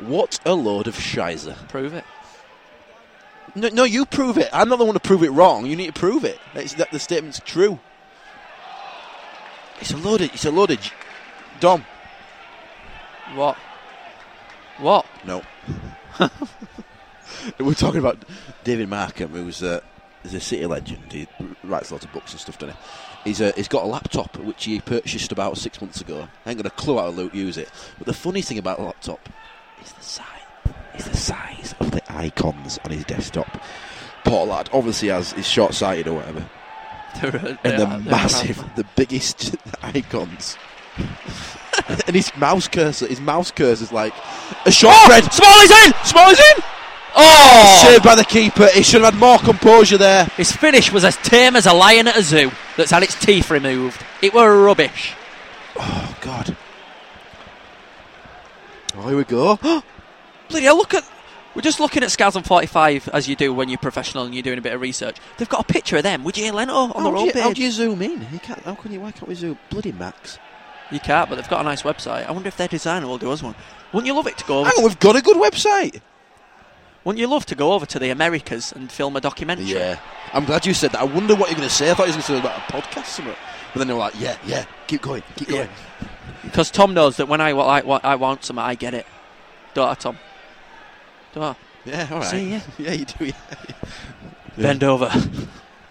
Speaker 4: What a load of shizer.
Speaker 3: Prove it.
Speaker 4: No, no, you prove it. I'm not the one to prove it wrong. You need to prove it. It's, that the statement's true. It's a load of. It's a load of. j- Dom.
Speaker 3: What? What?
Speaker 4: No. We're talking about David Markham, who's a, is a city legend. He writes a lot of books and stuff, doesn't he? He's, a, he's got a laptop which he purchased about six months ago. I ain't got a clue how to lo- use it. But the funny thing about the laptop is the size. Is the size of the icons on his desktop. Poor lad obviously has is short sighted or whatever.
Speaker 3: They're- they
Speaker 4: and
Speaker 3: are- they're
Speaker 4: the massive, the biggest icons. and his mouse cursor, his mouse cursor is like a short
Speaker 3: Oh,
Speaker 4: red.
Speaker 3: Small is in! Small is in! Oh!
Speaker 4: Saved by the keeper. He should have had more composure there.
Speaker 3: His finish was as tame as a lion at a zoo that's had its teeth removed. It were rubbish.
Speaker 4: Oh God. Oh, here we go.
Speaker 3: Bloody hell, look at. We're just looking at Scars on 45 as you do when you're professional and you're doing a bit of research. They've got a picture of them with Jay Leno on
Speaker 4: How
Speaker 3: their
Speaker 4: do
Speaker 3: own
Speaker 4: you-
Speaker 3: page.
Speaker 4: how do you zoom in? You can't, how can you? Why can't we zoom? Bloody Max.
Speaker 3: You can't, but they've got a nice website. I wonder if their designer will do us one. Wouldn't you love it to go over?
Speaker 4: Hang on, Oh, we've got a good website.
Speaker 3: Wouldn't you love to go over to the Americas and film a documentary?
Speaker 4: Yeah. I'm glad you said that. I wonder what you're going to say. I thought you were going to say about a podcast somewhere. But then they were like, yeah, yeah, keep going, keep going.
Speaker 3: Because Tom knows that when I, wa- I, wa- I want something, I get it. Don't I, Tom? Do I?
Speaker 4: Yeah, all right.
Speaker 3: See, yeah.
Speaker 4: yeah, you do. Yeah.
Speaker 3: Bend over. Let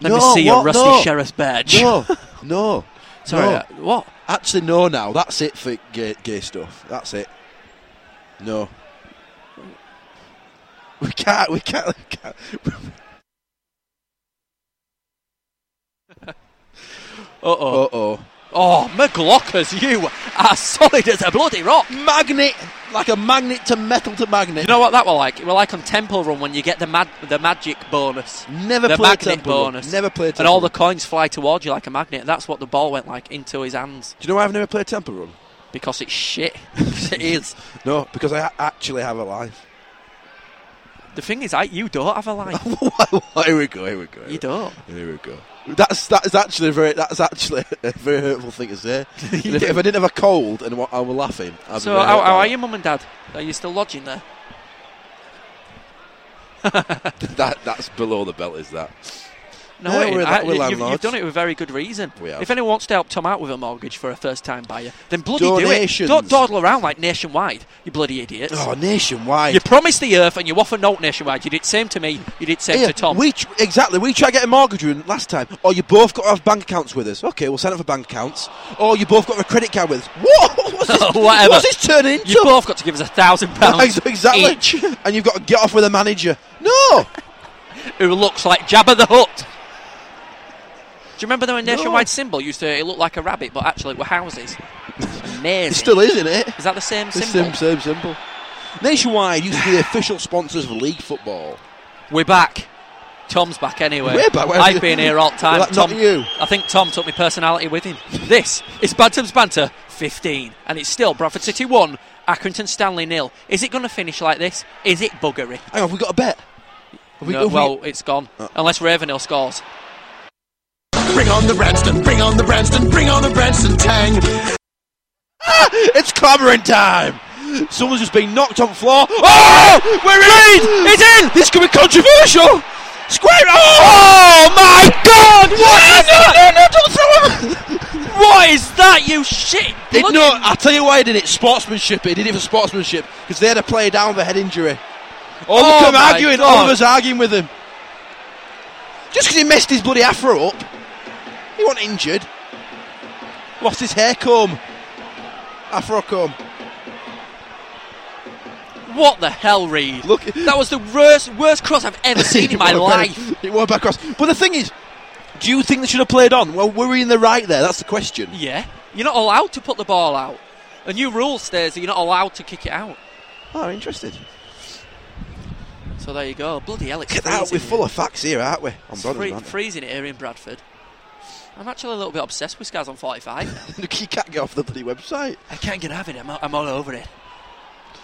Speaker 3: me
Speaker 4: No,
Speaker 3: see your
Speaker 4: what?
Speaker 3: rusty
Speaker 4: No.
Speaker 3: sheriff's badge.
Speaker 4: No, no.
Speaker 3: Sorry,
Speaker 4: no.
Speaker 3: uh, what?
Speaker 4: Actually, no. Now that's it for gay, gay stuff. That's it. No. We can't. We can't. We can't.
Speaker 3: Uh oh.
Speaker 4: Uh oh.
Speaker 3: Oh, McLaughlers, you are solid as a bloody rock.
Speaker 4: Magnet, like a magnet to metal to magnet.
Speaker 3: You know what that were like? It were like on Temple Run when you get the mad, the magic bonus.
Speaker 4: Never
Speaker 3: the
Speaker 4: played
Speaker 3: magnet
Speaker 4: Temple Run.
Speaker 3: bonus.
Speaker 4: Never played
Speaker 3: And all
Speaker 4: Temple
Speaker 3: the coins fly towards you like a magnet. That's what the ball went like into his hands
Speaker 4: Do you know why I've never played Temple Run?
Speaker 3: because it's shit. 'Cause it is.
Speaker 4: No, because I a- actually have a life.
Speaker 3: The thing is, I, you don't have a life.
Speaker 4: here we go. Here we go.
Speaker 3: You don't.
Speaker 4: Here we go. That's that is actually a very that's actually a very hurtful thing to say. And if, if I didn't have a cold and wa- I were laughing, I'd be
Speaker 3: so,
Speaker 4: very
Speaker 3: how,
Speaker 4: hurt by
Speaker 3: how are
Speaker 4: it.
Speaker 3: you, mum and dad? Are you still lodging there?
Speaker 4: that that's below the belt, is that?
Speaker 3: No,
Speaker 4: Yeah,
Speaker 3: it-
Speaker 4: we're,
Speaker 3: I-
Speaker 4: we're
Speaker 3: you've,
Speaker 4: landlords.
Speaker 3: you've done it with very good reason.
Speaker 4: We have.
Speaker 3: If anyone wants to help Tom out with a mortgage for a first-time buyer, then bloody do it.
Speaker 4: Donations.
Speaker 3: Don't dawdle around like nationwide, you bloody idiots.
Speaker 4: Oh, nationwide.
Speaker 3: You promised the earth and you offer note nationwide. You did same to me, you did same
Speaker 4: Yeah,
Speaker 3: to Tom.
Speaker 4: We tr- exactly. We tried getting a mortgage with last time. Oh, you both got to have bank accounts with us. Okay, we'll sign up for bank accounts. Oh, you both got to have a credit card with us. What? What's this,
Speaker 3: Whatever.
Speaker 4: What's this turning into?
Speaker 3: You've both got to give us a thousand pounds.
Speaker 4: exactly.
Speaker 3: Each,
Speaker 4: And you've got to get off with a manager. No.
Speaker 3: who looks like Jabba the Hutt. Do you remember the nationwide symbol used to it looked like a rabbit, but actually it were houses? Amazing.
Speaker 4: It still is, isn't it?
Speaker 3: Is that the same
Speaker 4: It's
Speaker 3: symbol?
Speaker 4: sim- same simple. Nationwide used to be the official sponsors of league football.
Speaker 3: We're back. Tom's back anyway.
Speaker 4: We're back, where have
Speaker 3: I've
Speaker 4: you-
Speaker 3: been here all the time.
Speaker 4: Well, that-
Speaker 3: Tom,
Speaker 4: not you.
Speaker 3: I think Tom took my personality with him. This is Bantam's Banter 15, and it's still Bradford City 1, Accrington Stanley nil. Is it going to finish like this? Is it buggery?
Speaker 4: Hang on, have we got a bet? Have we-
Speaker 3: No,
Speaker 4: have we- Oh.
Speaker 3: well, it's gone. Unless Ravenhill scores.
Speaker 15: Bring on the Branston, bring on the Branston, bring on the Branston Tang.
Speaker 4: it's clamouring time. Someone's just been knocked on the floor. Oh, we're in. It's in. This could be controversial. Square. Oh, my God! What is that? No, no, don't throw him!
Speaker 3: what is that, you shit?
Speaker 4: It, no, I'll tell you why he did it. Sportsmanship. He did it for sportsmanship because they had a player down with a head injury. Oh,
Speaker 3: Oh,
Speaker 4: look, I'm
Speaker 3: my
Speaker 4: arguing.
Speaker 3: God.
Speaker 4: All of us arguing with him. Just because he messed his bloody afro up, he wasn't injured. Lost his hair comb. Afro comb.
Speaker 3: What the hell, Reed? Look, that was the worst worst cross I've ever seen in my
Speaker 4: It won't
Speaker 3: life.
Speaker 4: back- It won't back across. But the thing is, do you think they should have played on? Well, were we in the right there? That's the question.
Speaker 3: Yeah, you're not allowed to put the ball out. A new rule states that you're not allowed to kick it out.
Speaker 4: Oh, interested.
Speaker 3: So there you go. Bloody hell, it's
Speaker 4: Get out.
Speaker 3: freezing
Speaker 4: We're full
Speaker 3: here.
Speaker 4: of facts here, aren't we? On
Speaker 3: It's
Speaker 4: Brothers,
Speaker 3: free-
Speaker 4: aren't we?
Speaker 3: freezing it here in Bradford. I'm actually a little bit obsessed with Scars on 45.
Speaker 4: you can't get off the bloody website.
Speaker 3: I can't get out of it. I'm, all- I'm all over it.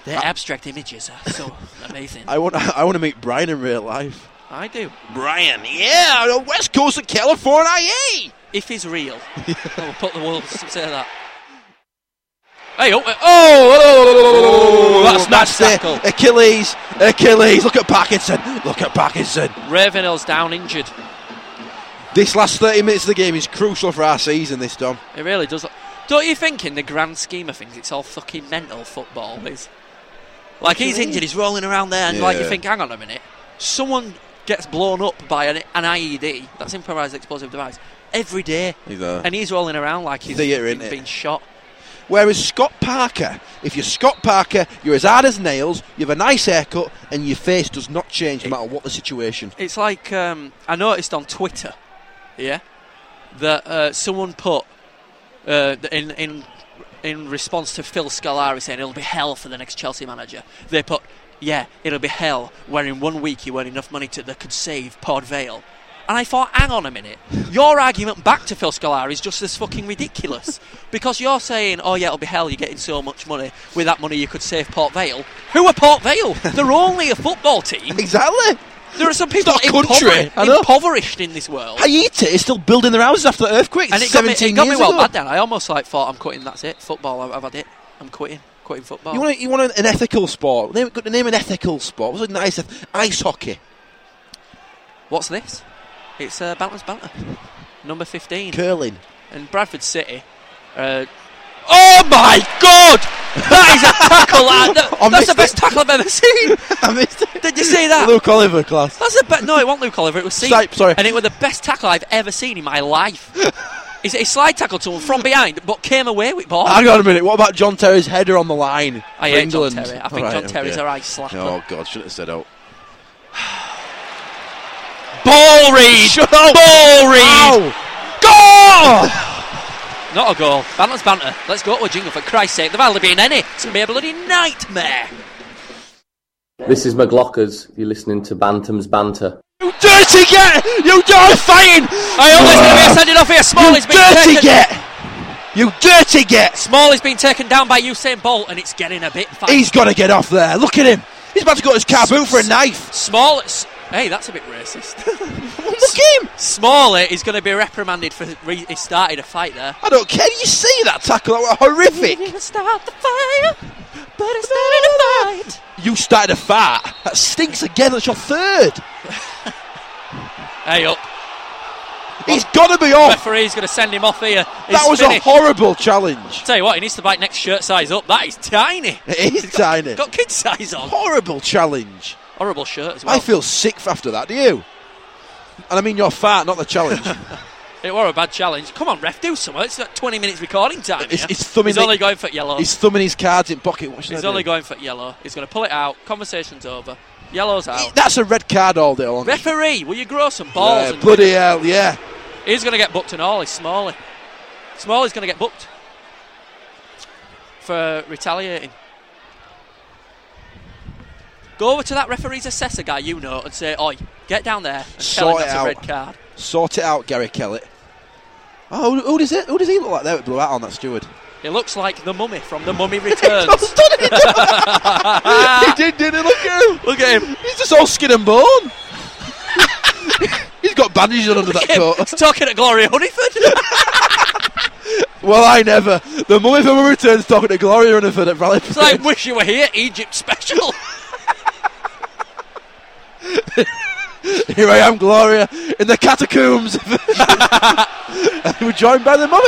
Speaker 3: Their abstract images are so amazing.
Speaker 4: I want. I want to meet Brian in real life.
Speaker 3: I do.
Speaker 4: Brian, yeah, on the west coast of California, yay!
Speaker 3: If he's real, I will put the wolves to say that. Hey, oh, eh, oh, oh, that's nice
Speaker 4: it.
Speaker 3: tackle.
Speaker 4: Achilles, Achilles. Look at Parkinson. Look at Parkinson.
Speaker 3: Ravenhill's down injured.
Speaker 4: This last 30 minutes of the game is crucial for our season. This Dom.
Speaker 3: It really does. look- Don't you think, in the grand scheme of things, it's all fucking mental football? Is like
Speaker 4: do you
Speaker 3: he's
Speaker 4: mean?
Speaker 3: injured, he's rolling around there, and like you
Speaker 4: Yeah.
Speaker 3: think, hang on a minute, someone gets blown up by an, an IED, that's improvised explosive device, every day,
Speaker 4: He's there.
Speaker 3: and he's rolling around like he's
Speaker 4: Theatre,
Speaker 3: been,
Speaker 4: innit?
Speaker 3: been shot.
Speaker 4: Whereas Scott Parker, if you're Scott Parker, you're as hard as nails, you have a nice haircut, and your face does not change no matter what the situation.
Speaker 3: It's like um, I noticed on Twitter, yeah, that uh, someone put uh, th- in in in response to Phil Scolari saying it'll be hell for the next Chelsea manager. They put, yeah, it'll be hell. Where in one week you earn enough money to that could save Port Vale. And I thought, hang on a minute, your argument back to Phil Scolari is just as fucking ridiculous because you're saying, oh yeah, it'll be hell. You're getting so much money. With that money, you could save Port Vale. Who are Port Vale? They're only a football team.
Speaker 4: Exactly.
Speaker 3: There are some people
Speaker 4: not
Speaker 3: impover-
Speaker 4: country, I know.
Speaker 3: impoverished in this world.
Speaker 4: Haiti is still building their houses after the earthquake.
Speaker 3: and it got me,
Speaker 4: 17
Speaker 3: it got me
Speaker 4: years
Speaker 3: well
Speaker 4: ago.
Speaker 3: bad then. I almost like thought I'm quitting. That's it. Football. I've, I've had it. I'm quitting. Quitting football.
Speaker 4: You want, you want an ethical sport? Name, got to name an ethical sport. What's a nice eth- ice hockey?
Speaker 3: What's this? It's uh, Bantam's banter. Number fifteen.
Speaker 4: Curling.
Speaker 3: And Bradford City. Uh, oh my God! That is a tackle. that- that-
Speaker 4: I
Speaker 3: that's the
Speaker 4: missed
Speaker 3: best tackle I've ever seen.
Speaker 4: I missed it.
Speaker 3: Did you see that?
Speaker 4: Luke Oliver class.
Speaker 3: That's the best. No, it wasn't Luke Oliver. It was Seaman.
Speaker 4: Snipe, sorry.
Speaker 3: And it was the best tackle I've ever seen in my life. It's a slide tackle to him from behind, but came away with ball.
Speaker 4: Hang on a minute. What about John Terry's header on the line?
Speaker 3: I
Speaker 4: for
Speaker 3: hate John
Speaker 4: England?
Speaker 3: Terry. I think
Speaker 4: All
Speaker 3: John Terry's a right slapper.
Speaker 4: Oh God, shouldn't have said out.
Speaker 3: Ball read. Ball read.
Speaker 4: Oh!
Speaker 3: Goal. Not a goal. Banter's banter. Let's go to a jingle for Christ's sake. There've hardly been any. It's gonna be a bloody nightmare.
Speaker 16: This is McLockers. You're listening to Bantam's Banter.
Speaker 4: You dirty get! You dirty fighting!
Speaker 3: I always gonna be sending off here. Small
Speaker 4: You
Speaker 3: has been
Speaker 4: dirty
Speaker 3: taken.
Speaker 4: get! You dirty get!
Speaker 3: Small has been taken down by Usain Bolt, and it's getting a bit. Fast.
Speaker 4: He's got to get off there. Look at him. He's about to go to his car boot for a knife.
Speaker 3: Small. s- Hey, that's a bit racist.
Speaker 4: Look at him.
Speaker 3: Smaller is going to be reprimanded for re- he started a fight there.
Speaker 4: I don't care. You see that tackle? That was horrific.
Speaker 3: start the fire, but I started a fight.
Speaker 4: You started a fart. That stinks again. That's your third.
Speaker 3: Hey up.
Speaker 4: He's got to be off.
Speaker 3: Referee's going to send him off here. He's
Speaker 4: Oh. that was a
Speaker 3: finished.
Speaker 4: horrible challenge.
Speaker 3: Tell you what, he needs to bike next shirt size up. That is tiny.
Speaker 4: It is tiny.
Speaker 3: Got kid size on.
Speaker 4: Horrible challenge.
Speaker 3: Horrible shirt as well.
Speaker 4: I feel sick after that. Do you? And I mean your fart, not the challenge.
Speaker 3: it were a bad challenge. Come on, ref, do something. It's like 20 minutes recording time.
Speaker 4: It's-
Speaker 3: here.
Speaker 4: it's thumbing
Speaker 3: He's
Speaker 4: the-
Speaker 3: only going for yellow.
Speaker 4: He's thumbing his cards in pocket. What should I
Speaker 3: He's
Speaker 4: do?
Speaker 3: only going for yellow. He's going to pull it out. Conversation's over. Yellow's out.
Speaker 4: That's a red card all day long.
Speaker 3: Referee, will you grow some balls?
Speaker 4: Yeah,
Speaker 3: and
Speaker 4: bloody hell, yeah.
Speaker 3: He's going to get booked and all. He's Smalley. Smalley's going to get booked for retaliating. Go over to that referee's assessor guy you know and say, Oi, get down there and tell him
Speaker 4: Sort it
Speaker 3: that's
Speaker 4: out.
Speaker 3: a red card.
Speaker 4: Sort it out, Gary Kellett. Oh, who, who does it? Who does he look like there with blue hat on? That steward.
Speaker 3: It looks like the mummy from The Mummy Returns. Ah,
Speaker 4: he did, didn't he? Look at him.
Speaker 3: Look at him.
Speaker 4: He's just all skin and bone. He's got bandages on under that coat.
Speaker 3: He's talking at Gloria Honeyford.
Speaker 4: Well, I never. The mummy from a returns talking to Gloria Runniford at Rally.
Speaker 3: it's like, wish you were here, Egypt special.
Speaker 4: Here I am, Gloria, in the catacombs. And we're joined by the mummy.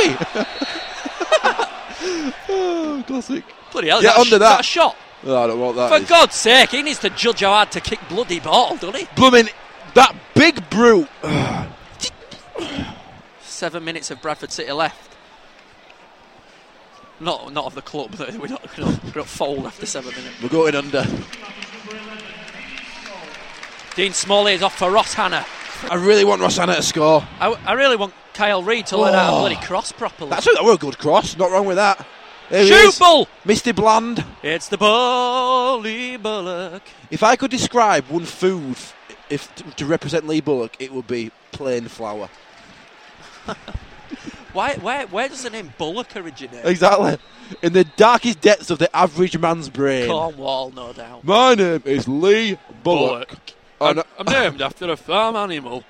Speaker 4: oh, classic.
Speaker 3: Bloody hell,
Speaker 4: Get
Speaker 3: that
Speaker 4: under
Speaker 3: sh-
Speaker 4: that.
Speaker 3: that shot.
Speaker 4: No, I don't want that.
Speaker 3: For
Speaker 4: It's-
Speaker 3: God's sake, he needs to judge how hard to kick bloody ball, doesn't he?
Speaker 4: Blooming, that big brute.
Speaker 3: Seven minutes of Bradford City left. Not, not of the club. though. We're not going to fold after seven minutes.
Speaker 4: We're going under.
Speaker 3: Dean Smalley is off for Ross Hannah.
Speaker 4: I really want Rosanna to score.
Speaker 3: I, I really want Kyle Reid to let out a
Speaker 4: Oh.
Speaker 3: bloody cross properly.
Speaker 4: That's a, that were a good cross. Not wrong with that. There he
Speaker 3: Shoot,
Speaker 4: is.
Speaker 3: ball!
Speaker 4: Misty Bland.
Speaker 3: It's the Bully Bullock.
Speaker 4: If I could describe one food f- if t- to represent Lee Bullock, it would be plain flour.
Speaker 3: Why, where, where does the name Bullock originate?
Speaker 4: Exactly. In the darkest depths of the average man's brain.
Speaker 3: Cornwall, no doubt.
Speaker 4: My name is Lee Bullock.
Speaker 3: I'm,
Speaker 4: And,
Speaker 3: I'm named after a farm animal.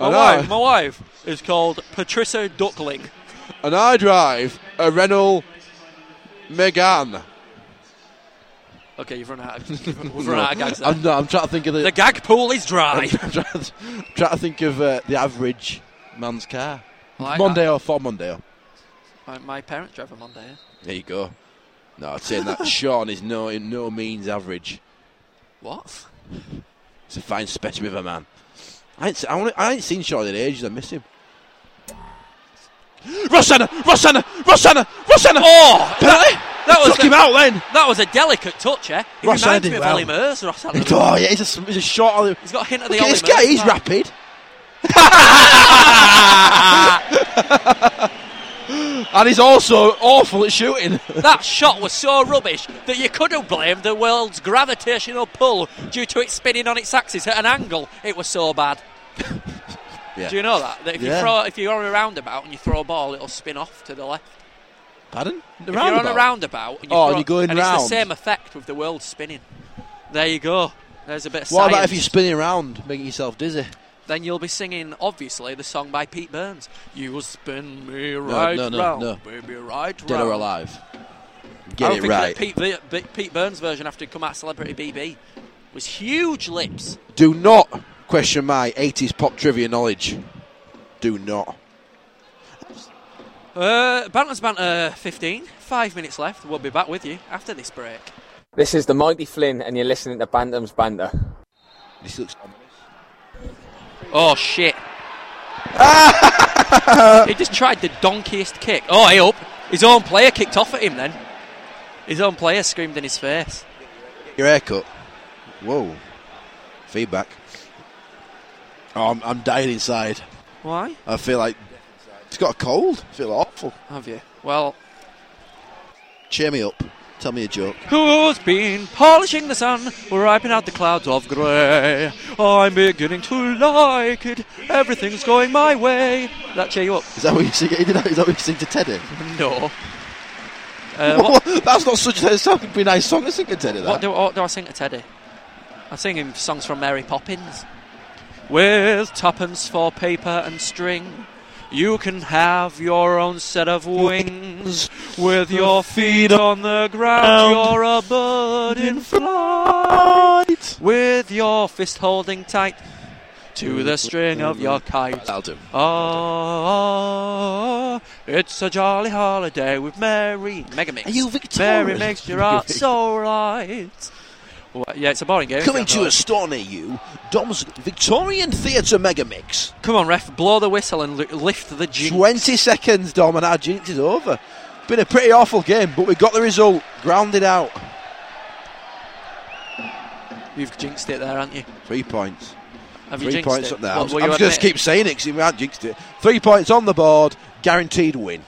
Speaker 3: My
Speaker 4: I know.
Speaker 3: wife, my wife is called Patricia Duckling.
Speaker 4: and I drive a Renault Megane.
Speaker 3: Okay, you've run out. Of, we've run out of gags there.
Speaker 4: I'm, no, I'm trying to think of the.
Speaker 3: The gag pool is dry.
Speaker 4: I'm trying to, trying to think of uh, the average man's car.
Speaker 3: Well, I-
Speaker 4: Mondeo, for Mondeo.
Speaker 3: My, my parents drive a Mondeo.
Speaker 4: There you go. No, I'd say that Sean is no in no means average.
Speaker 3: What?
Speaker 4: It's a fine specimen of a man. I ain't, se- I, wanna, I ain't seen Sean in ages. I miss him. Rosanna, Rosanna, Rosanna, Rosanna.
Speaker 3: Oh,
Speaker 4: penalty!
Speaker 3: That was
Speaker 4: Took him out then.
Speaker 3: That was a delicate touch, eh? He
Speaker 4: Ross
Speaker 3: reminds
Speaker 4: Allen
Speaker 3: me
Speaker 4: did
Speaker 3: of
Speaker 4: well.
Speaker 3: Ollie Murs, Ross Allen.
Speaker 4: Oh yeah, he's a, sm- he's a short. Ollie.
Speaker 3: He's got a hint of the
Speaker 4: Look at
Speaker 3: Ollie
Speaker 4: this guy.
Speaker 3: Murs
Speaker 4: He's
Speaker 3: vibe.
Speaker 4: rapid. and he's also awful at shooting.
Speaker 3: That shot was so rubbish that you could have blamed the world's gravitational pull due to it spinning on its axis at an angle. It was so bad.
Speaker 4: Yeah.
Speaker 3: Do you know that? That if you
Speaker 4: Yeah.
Speaker 3: throw, if you're on a roundabout and you throw a ball, it'll spin off to the left.
Speaker 4: Pardon? The
Speaker 3: if you're on a
Speaker 4: roundabout?
Speaker 3: roundabout, and you
Speaker 4: Oh,
Speaker 3: throw,
Speaker 4: you're going
Speaker 3: and it's
Speaker 4: round.
Speaker 3: the same effect with the world spinning. There you go. There's a bit of
Speaker 4: What
Speaker 3: science.
Speaker 4: about if you're spinning around, making yourself dizzy?
Speaker 3: Then you'll be singing, obviously, the song by Pete Burns. You will spin me right
Speaker 4: no, no,
Speaker 3: round,
Speaker 4: no.
Speaker 3: baby, right
Speaker 4: Dead
Speaker 3: round.
Speaker 4: or alive.
Speaker 3: I
Speaker 4: Get
Speaker 3: don't
Speaker 4: it
Speaker 3: think that
Speaker 4: right.
Speaker 3: Pete, Vi- B- Pete Burns' version after he'd come out of Celebrity BB was huge lips.
Speaker 4: Do not question my 80s pop trivia knowledge. Do not.
Speaker 3: Uh, Bantam's Banter 15, five minutes left. We'll be back with you after this break.
Speaker 17: This is the Mighty Flynn, and you're listening to Bantam's Banter.
Speaker 4: This looks.
Speaker 3: Oh, shit. he just tried the donkiest kick. Oh, hey up. His own player kicked off at him then. His own player screamed in his face.
Speaker 4: Your haircut. Whoa. Feedback. Oh, I'm, I'm dying inside.
Speaker 3: Why?
Speaker 4: I feel like. It's got a cold. I feel awful.
Speaker 3: Have you? Well.
Speaker 4: Cheer me up. Tell me a joke.
Speaker 3: Who's been polishing the sun, wiping out the clouds of grey? I'm beginning to like it. Everything's going my way. That cheer you up?
Speaker 4: Is that what you sing? Is that what you sing to Teddy?
Speaker 3: No. Uh, what,
Speaker 4: That's not such a sound. It'd be a nice song to sing to Teddy. That.
Speaker 3: what do, what do I sing to Teddy? I sing him songs from Mary Poppins. With tuppence for paper and string, you can have your own set of wings. With your feet on the ground, you're a bird in flight. With your fist holding tight to the string of your kite.
Speaker 4: That'll do.
Speaker 3: Ah, it's a jolly holiday with Mary. Megamix.
Speaker 4: Are you
Speaker 3: Mary
Speaker 4: Victorian?
Speaker 3: makes your heart so right. Well, yeah, it's a boring game.
Speaker 4: Coming
Speaker 3: Can't
Speaker 4: to
Speaker 3: lie.
Speaker 4: a store near you, Dom's Victorian Theatre Mega Mix.
Speaker 3: Come on, ref, blow the whistle and li- lift the jinx.
Speaker 4: 20 seconds, Dom, and our jinx is over. Been a pretty awful game, but we got the result. Grounded out.
Speaker 3: You've jinxed it there, haven't you?
Speaker 4: Three points.
Speaker 3: Have you
Speaker 4: Three
Speaker 3: jinxed
Speaker 4: points
Speaker 3: it?
Speaker 4: up there.
Speaker 3: What,
Speaker 4: I'm,
Speaker 3: will
Speaker 4: I'm
Speaker 3: you
Speaker 4: just
Speaker 3: admit?
Speaker 4: going to keep saying it because we haven't jinxed it. Three points on the board, guaranteed win.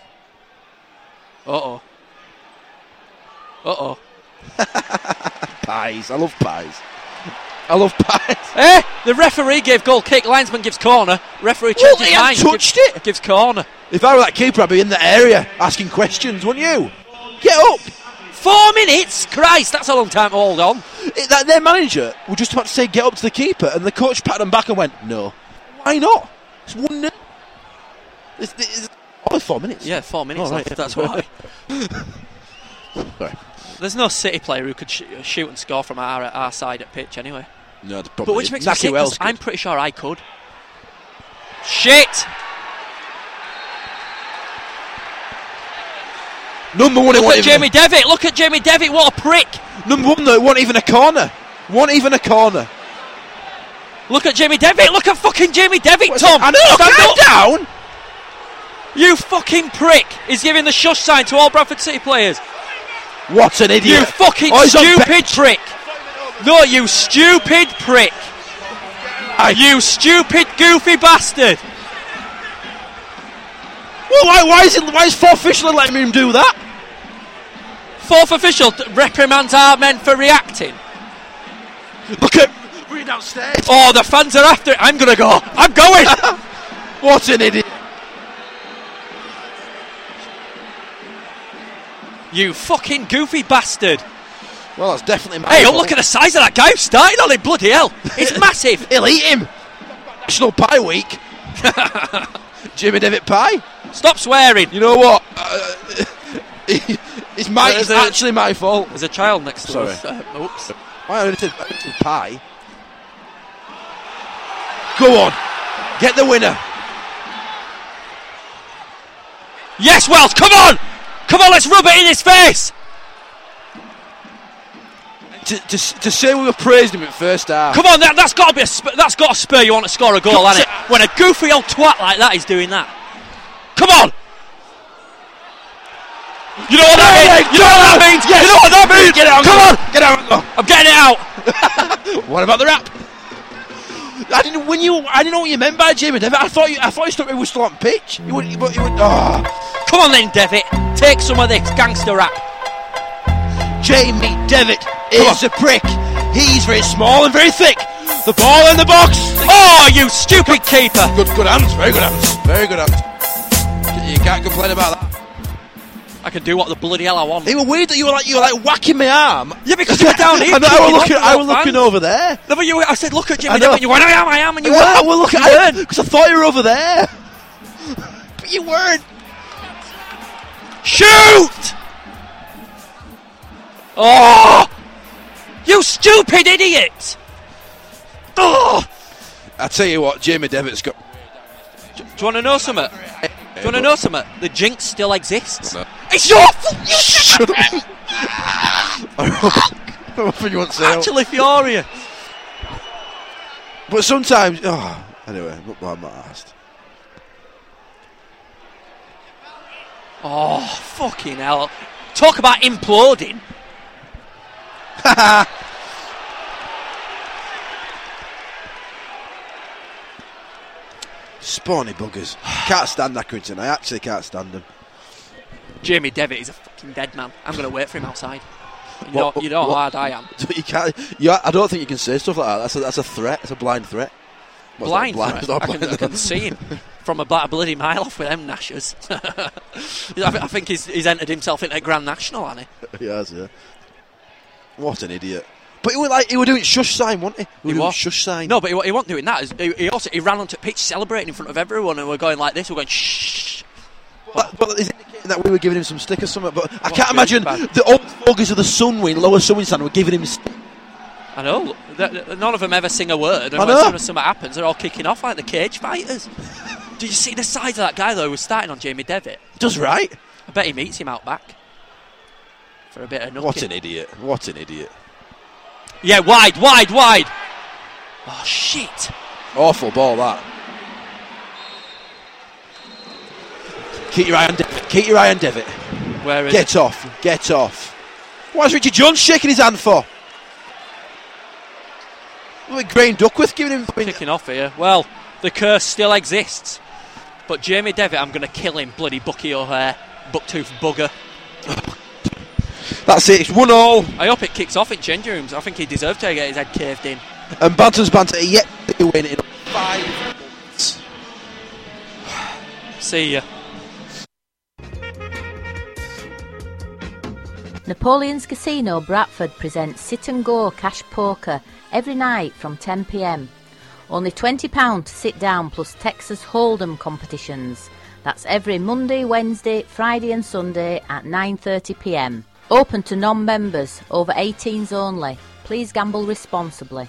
Speaker 3: Uh-oh. Uh-oh.
Speaker 4: Pies. I love pies. I love pies.
Speaker 3: Eh? The referee gave goal kick. Linesman gives corner. Referee
Speaker 4: Well,
Speaker 3: changes
Speaker 4: they have
Speaker 3: mind.
Speaker 4: touched
Speaker 3: gives, it. Gives corner.
Speaker 4: If I were that keeper, I'd be in the area asking questions, wouldn't you? Get up!
Speaker 3: Four minutes? Christ, that's a long time to hold on.
Speaker 4: It, that, their manager was just about to say, get up to the keeper, and the coach patted him back and went, no. Why not? It's 1 0. It's, it's only four minutes.
Speaker 3: Yeah, four minutes
Speaker 4: Oh, right,
Speaker 3: left. That's
Speaker 4: yeah.
Speaker 3: why. There's no City player who could sh- shoot and score from our, our side at pitch anyway.
Speaker 4: No, it's probably
Speaker 3: But which makes me
Speaker 4: Naki
Speaker 3: sick. 'cause
Speaker 4: Wells.
Speaker 3: I'm pretty sure I could. Shit!
Speaker 4: Number one, it
Speaker 3: Look
Speaker 4: wasn't
Speaker 3: at Jamie
Speaker 4: even-
Speaker 3: Devitt. Look at Jamie Devitt. What a prick!
Speaker 4: Number one, though, it wasn't even a corner. Wasn't even a corner.
Speaker 3: Look at Jamie Devitt. Look at fucking Jamie Devitt, Tom.
Speaker 4: I know, calm down.
Speaker 3: You fucking prick is giving the shush sign to all Bradford City players.
Speaker 4: What an idiot.
Speaker 3: You fucking
Speaker 4: Oh, he's on
Speaker 3: stupid prick. No, you stupid prick. You stupid goofy bastard.
Speaker 4: Well, why, why is it, why is fourth official letting him do that?
Speaker 3: Fourth official t- reprimands our men for reacting.
Speaker 4: Look at We're downstairs.
Speaker 3: Oh, the fans are after it. I'm gonna go. I'm going.
Speaker 4: what an idiot.
Speaker 3: You fucking goofy bastard.
Speaker 4: Well, that's definitely.
Speaker 3: Hey, oh,
Speaker 4: fault.
Speaker 3: look at the size of that guy who started on it. Bloody hell, it's massive.
Speaker 4: He'll eat him. National Pie Week. Jimmy Devitt Pie.
Speaker 3: Stop swearing.
Speaker 4: You know what? Uh, it's my.
Speaker 3: There's
Speaker 4: It's
Speaker 3: a-
Speaker 4: actually my fault.
Speaker 3: There's a child next to
Speaker 4: Sorry.
Speaker 3: us. Uh, oops.
Speaker 4: Why I said, I said pie. Go on. Get the winner.
Speaker 3: Yes, Wells, come on! Come on, let's rub it in his face!
Speaker 4: To, to, to say we were praising him at first half.
Speaker 3: Come on, that, that's got to be a sp- that's got to spur you on to score a goal, hasn't it? When a goofy old twat like that is doing that. Come on! You know what that means? You know what that means? You know what that means?
Speaker 4: Get out.
Speaker 3: Come on!
Speaker 4: Get out.
Speaker 3: I'm getting it out!
Speaker 4: What about the rap? I didn't when you. I didn't know what you meant by Jimmy Devitt. I thought you. I thought you thought we were still on pitch. You would. You would. You would oh.
Speaker 3: Come on then, Devitt. Take some of this gangster rap.
Speaker 4: Jamie Devitt is a prick. He's very small and very thick. The ball in the box.
Speaker 3: Oh, you stupid keeper!
Speaker 4: Good, good hands. Very good hands. Very good hands. You can't complain about that.
Speaker 3: I can do what the bloody hell I want.
Speaker 4: It was weird that you were like you were like whacking my arm.
Speaker 3: Yeah, because you were down here.
Speaker 4: and I was
Speaker 3: kicking
Speaker 4: looking.
Speaker 3: off
Speaker 4: I
Speaker 3: the
Speaker 4: was
Speaker 3: fans.
Speaker 4: looking over there.
Speaker 3: No, but you, were- I said, look at
Speaker 4: I
Speaker 3: Jimmy
Speaker 4: know.
Speaker 3: Devitt. and You went, I am, I am, and you
Speaker 4: yeah,
Speaker 3: were.
Speaker 4: I was looking. I because I thought you were over there. But you weren't.
Speaker 3: Shoot! Oh! You stupid idiot! Oh!
Speaker 4: I tell you what, Jamie Devitt's got.
Speaker 3: Do you want to know something? Do you want to know something? The jinx still exists.
Speaker 4: No.
Speaker 3: It's your fault! You shut up!
Speaker 4: I don't think you want to say. that.
Speaker 3: Actually, Fioria.
Speaker 4: But sometimes, oh, anyway, look, well, I'm not asked.
Speaker 3: Oh, fucking hell. Talk about imploding.
Speaker 4: Spawny buggers. Can't stand Accrington. I actually can't stand them.
Speaker 3: Jamie Devitt is a fucking dead man. I'm going to wait for him outside. You
Speaker 4: What-
Speaker 3: know, you know how hard
Speaker 4: what-
Speaker 3: I am.
Speaker 4: You can't. You, I don't think you can say stuff like that. That's a, that's a threat. It's a blind threat. What's that,
Speaker 3: blind. right?
Speaker 4: It's not
Speaker 3: I, can,
Speaker 4: blind.
Speaker 3: I can see him from about a bloody mile off with them Nashers. I, thi- I think he's, he's entered himself into Grand National, hasn't he?
Speaker 4: He has, yeah. What an idiot. But he was like he was doing shush sign, wasn't he?
Speaker 3: He
Speaker 4: were doing
Speaker 3: was.
Speaker 4: shush sign.
Speaker 3: No, but he, wa- he wasn't doing that. He, he also he ran onto the pitch celebrating in front of everyone, and we're going like this. We're going shh.
Speaker 4: But, but he's indicating that we were giving him some stick or something. But I
Speaker 3: What
Speaker 4: can't
Speaker 3: a
Speaker 4: imagine
Speaker 3: douchebag.
Speaker 4: the old foggers of the Sunwing, Lower Sunwing stand, were giving him. St-
Speaker 3: I know. look, th- th- None of them ever sing a word, and
Speaker 4: I
Speaker 3: when
Speaker 4: know.
Speaker 3: soon as something happens, they're all kicking off like the cage fighters. Do you see the size of that guy though? who was starting on Jamie Devitt.
Speaker 4: does right.
Speaker 3: I bet he meets him out back for a bit of
Speaker 4: What
Speaker 3: nothing.
Speaker 4: an idiot! What an idiot!
Speaker 3: Yeah, wide, wide, wide. Oh shit!
Speaker 4: Awful ball that. Keep your eye on Devitt. Keep your eye on Devitt.
Speaker 3: Where is
Speaker 4: Get off. Get off. Why's Richard Jones shaking his hand for? Look at Graham Duckworth giving him.
Speaker 3: kicking off here. Well, the curse still exists. But Jamie Devitt, I'm going to kill him, bloody Bucky O'Hare, bucktooth bugger.
Speaker 4: That's it. It's one all.
Speaker 3: I hope it kicks off in changing rooms. I think he deserved to get his head caved in.
Speaker 4: And Bantam's banter yet to win it.
Speaker 3: See ya.
Speaker 10: Napoleon's Casino Bradford presents Sit and Go Cash Poker every night from 10pm. Only £20 to sit down plus Texas Hold'em competitions. That's every Monday, Wednesday, Friday and Sunday at 9.30pm. Open to non-members, over 18s only. Please gamble responsibly.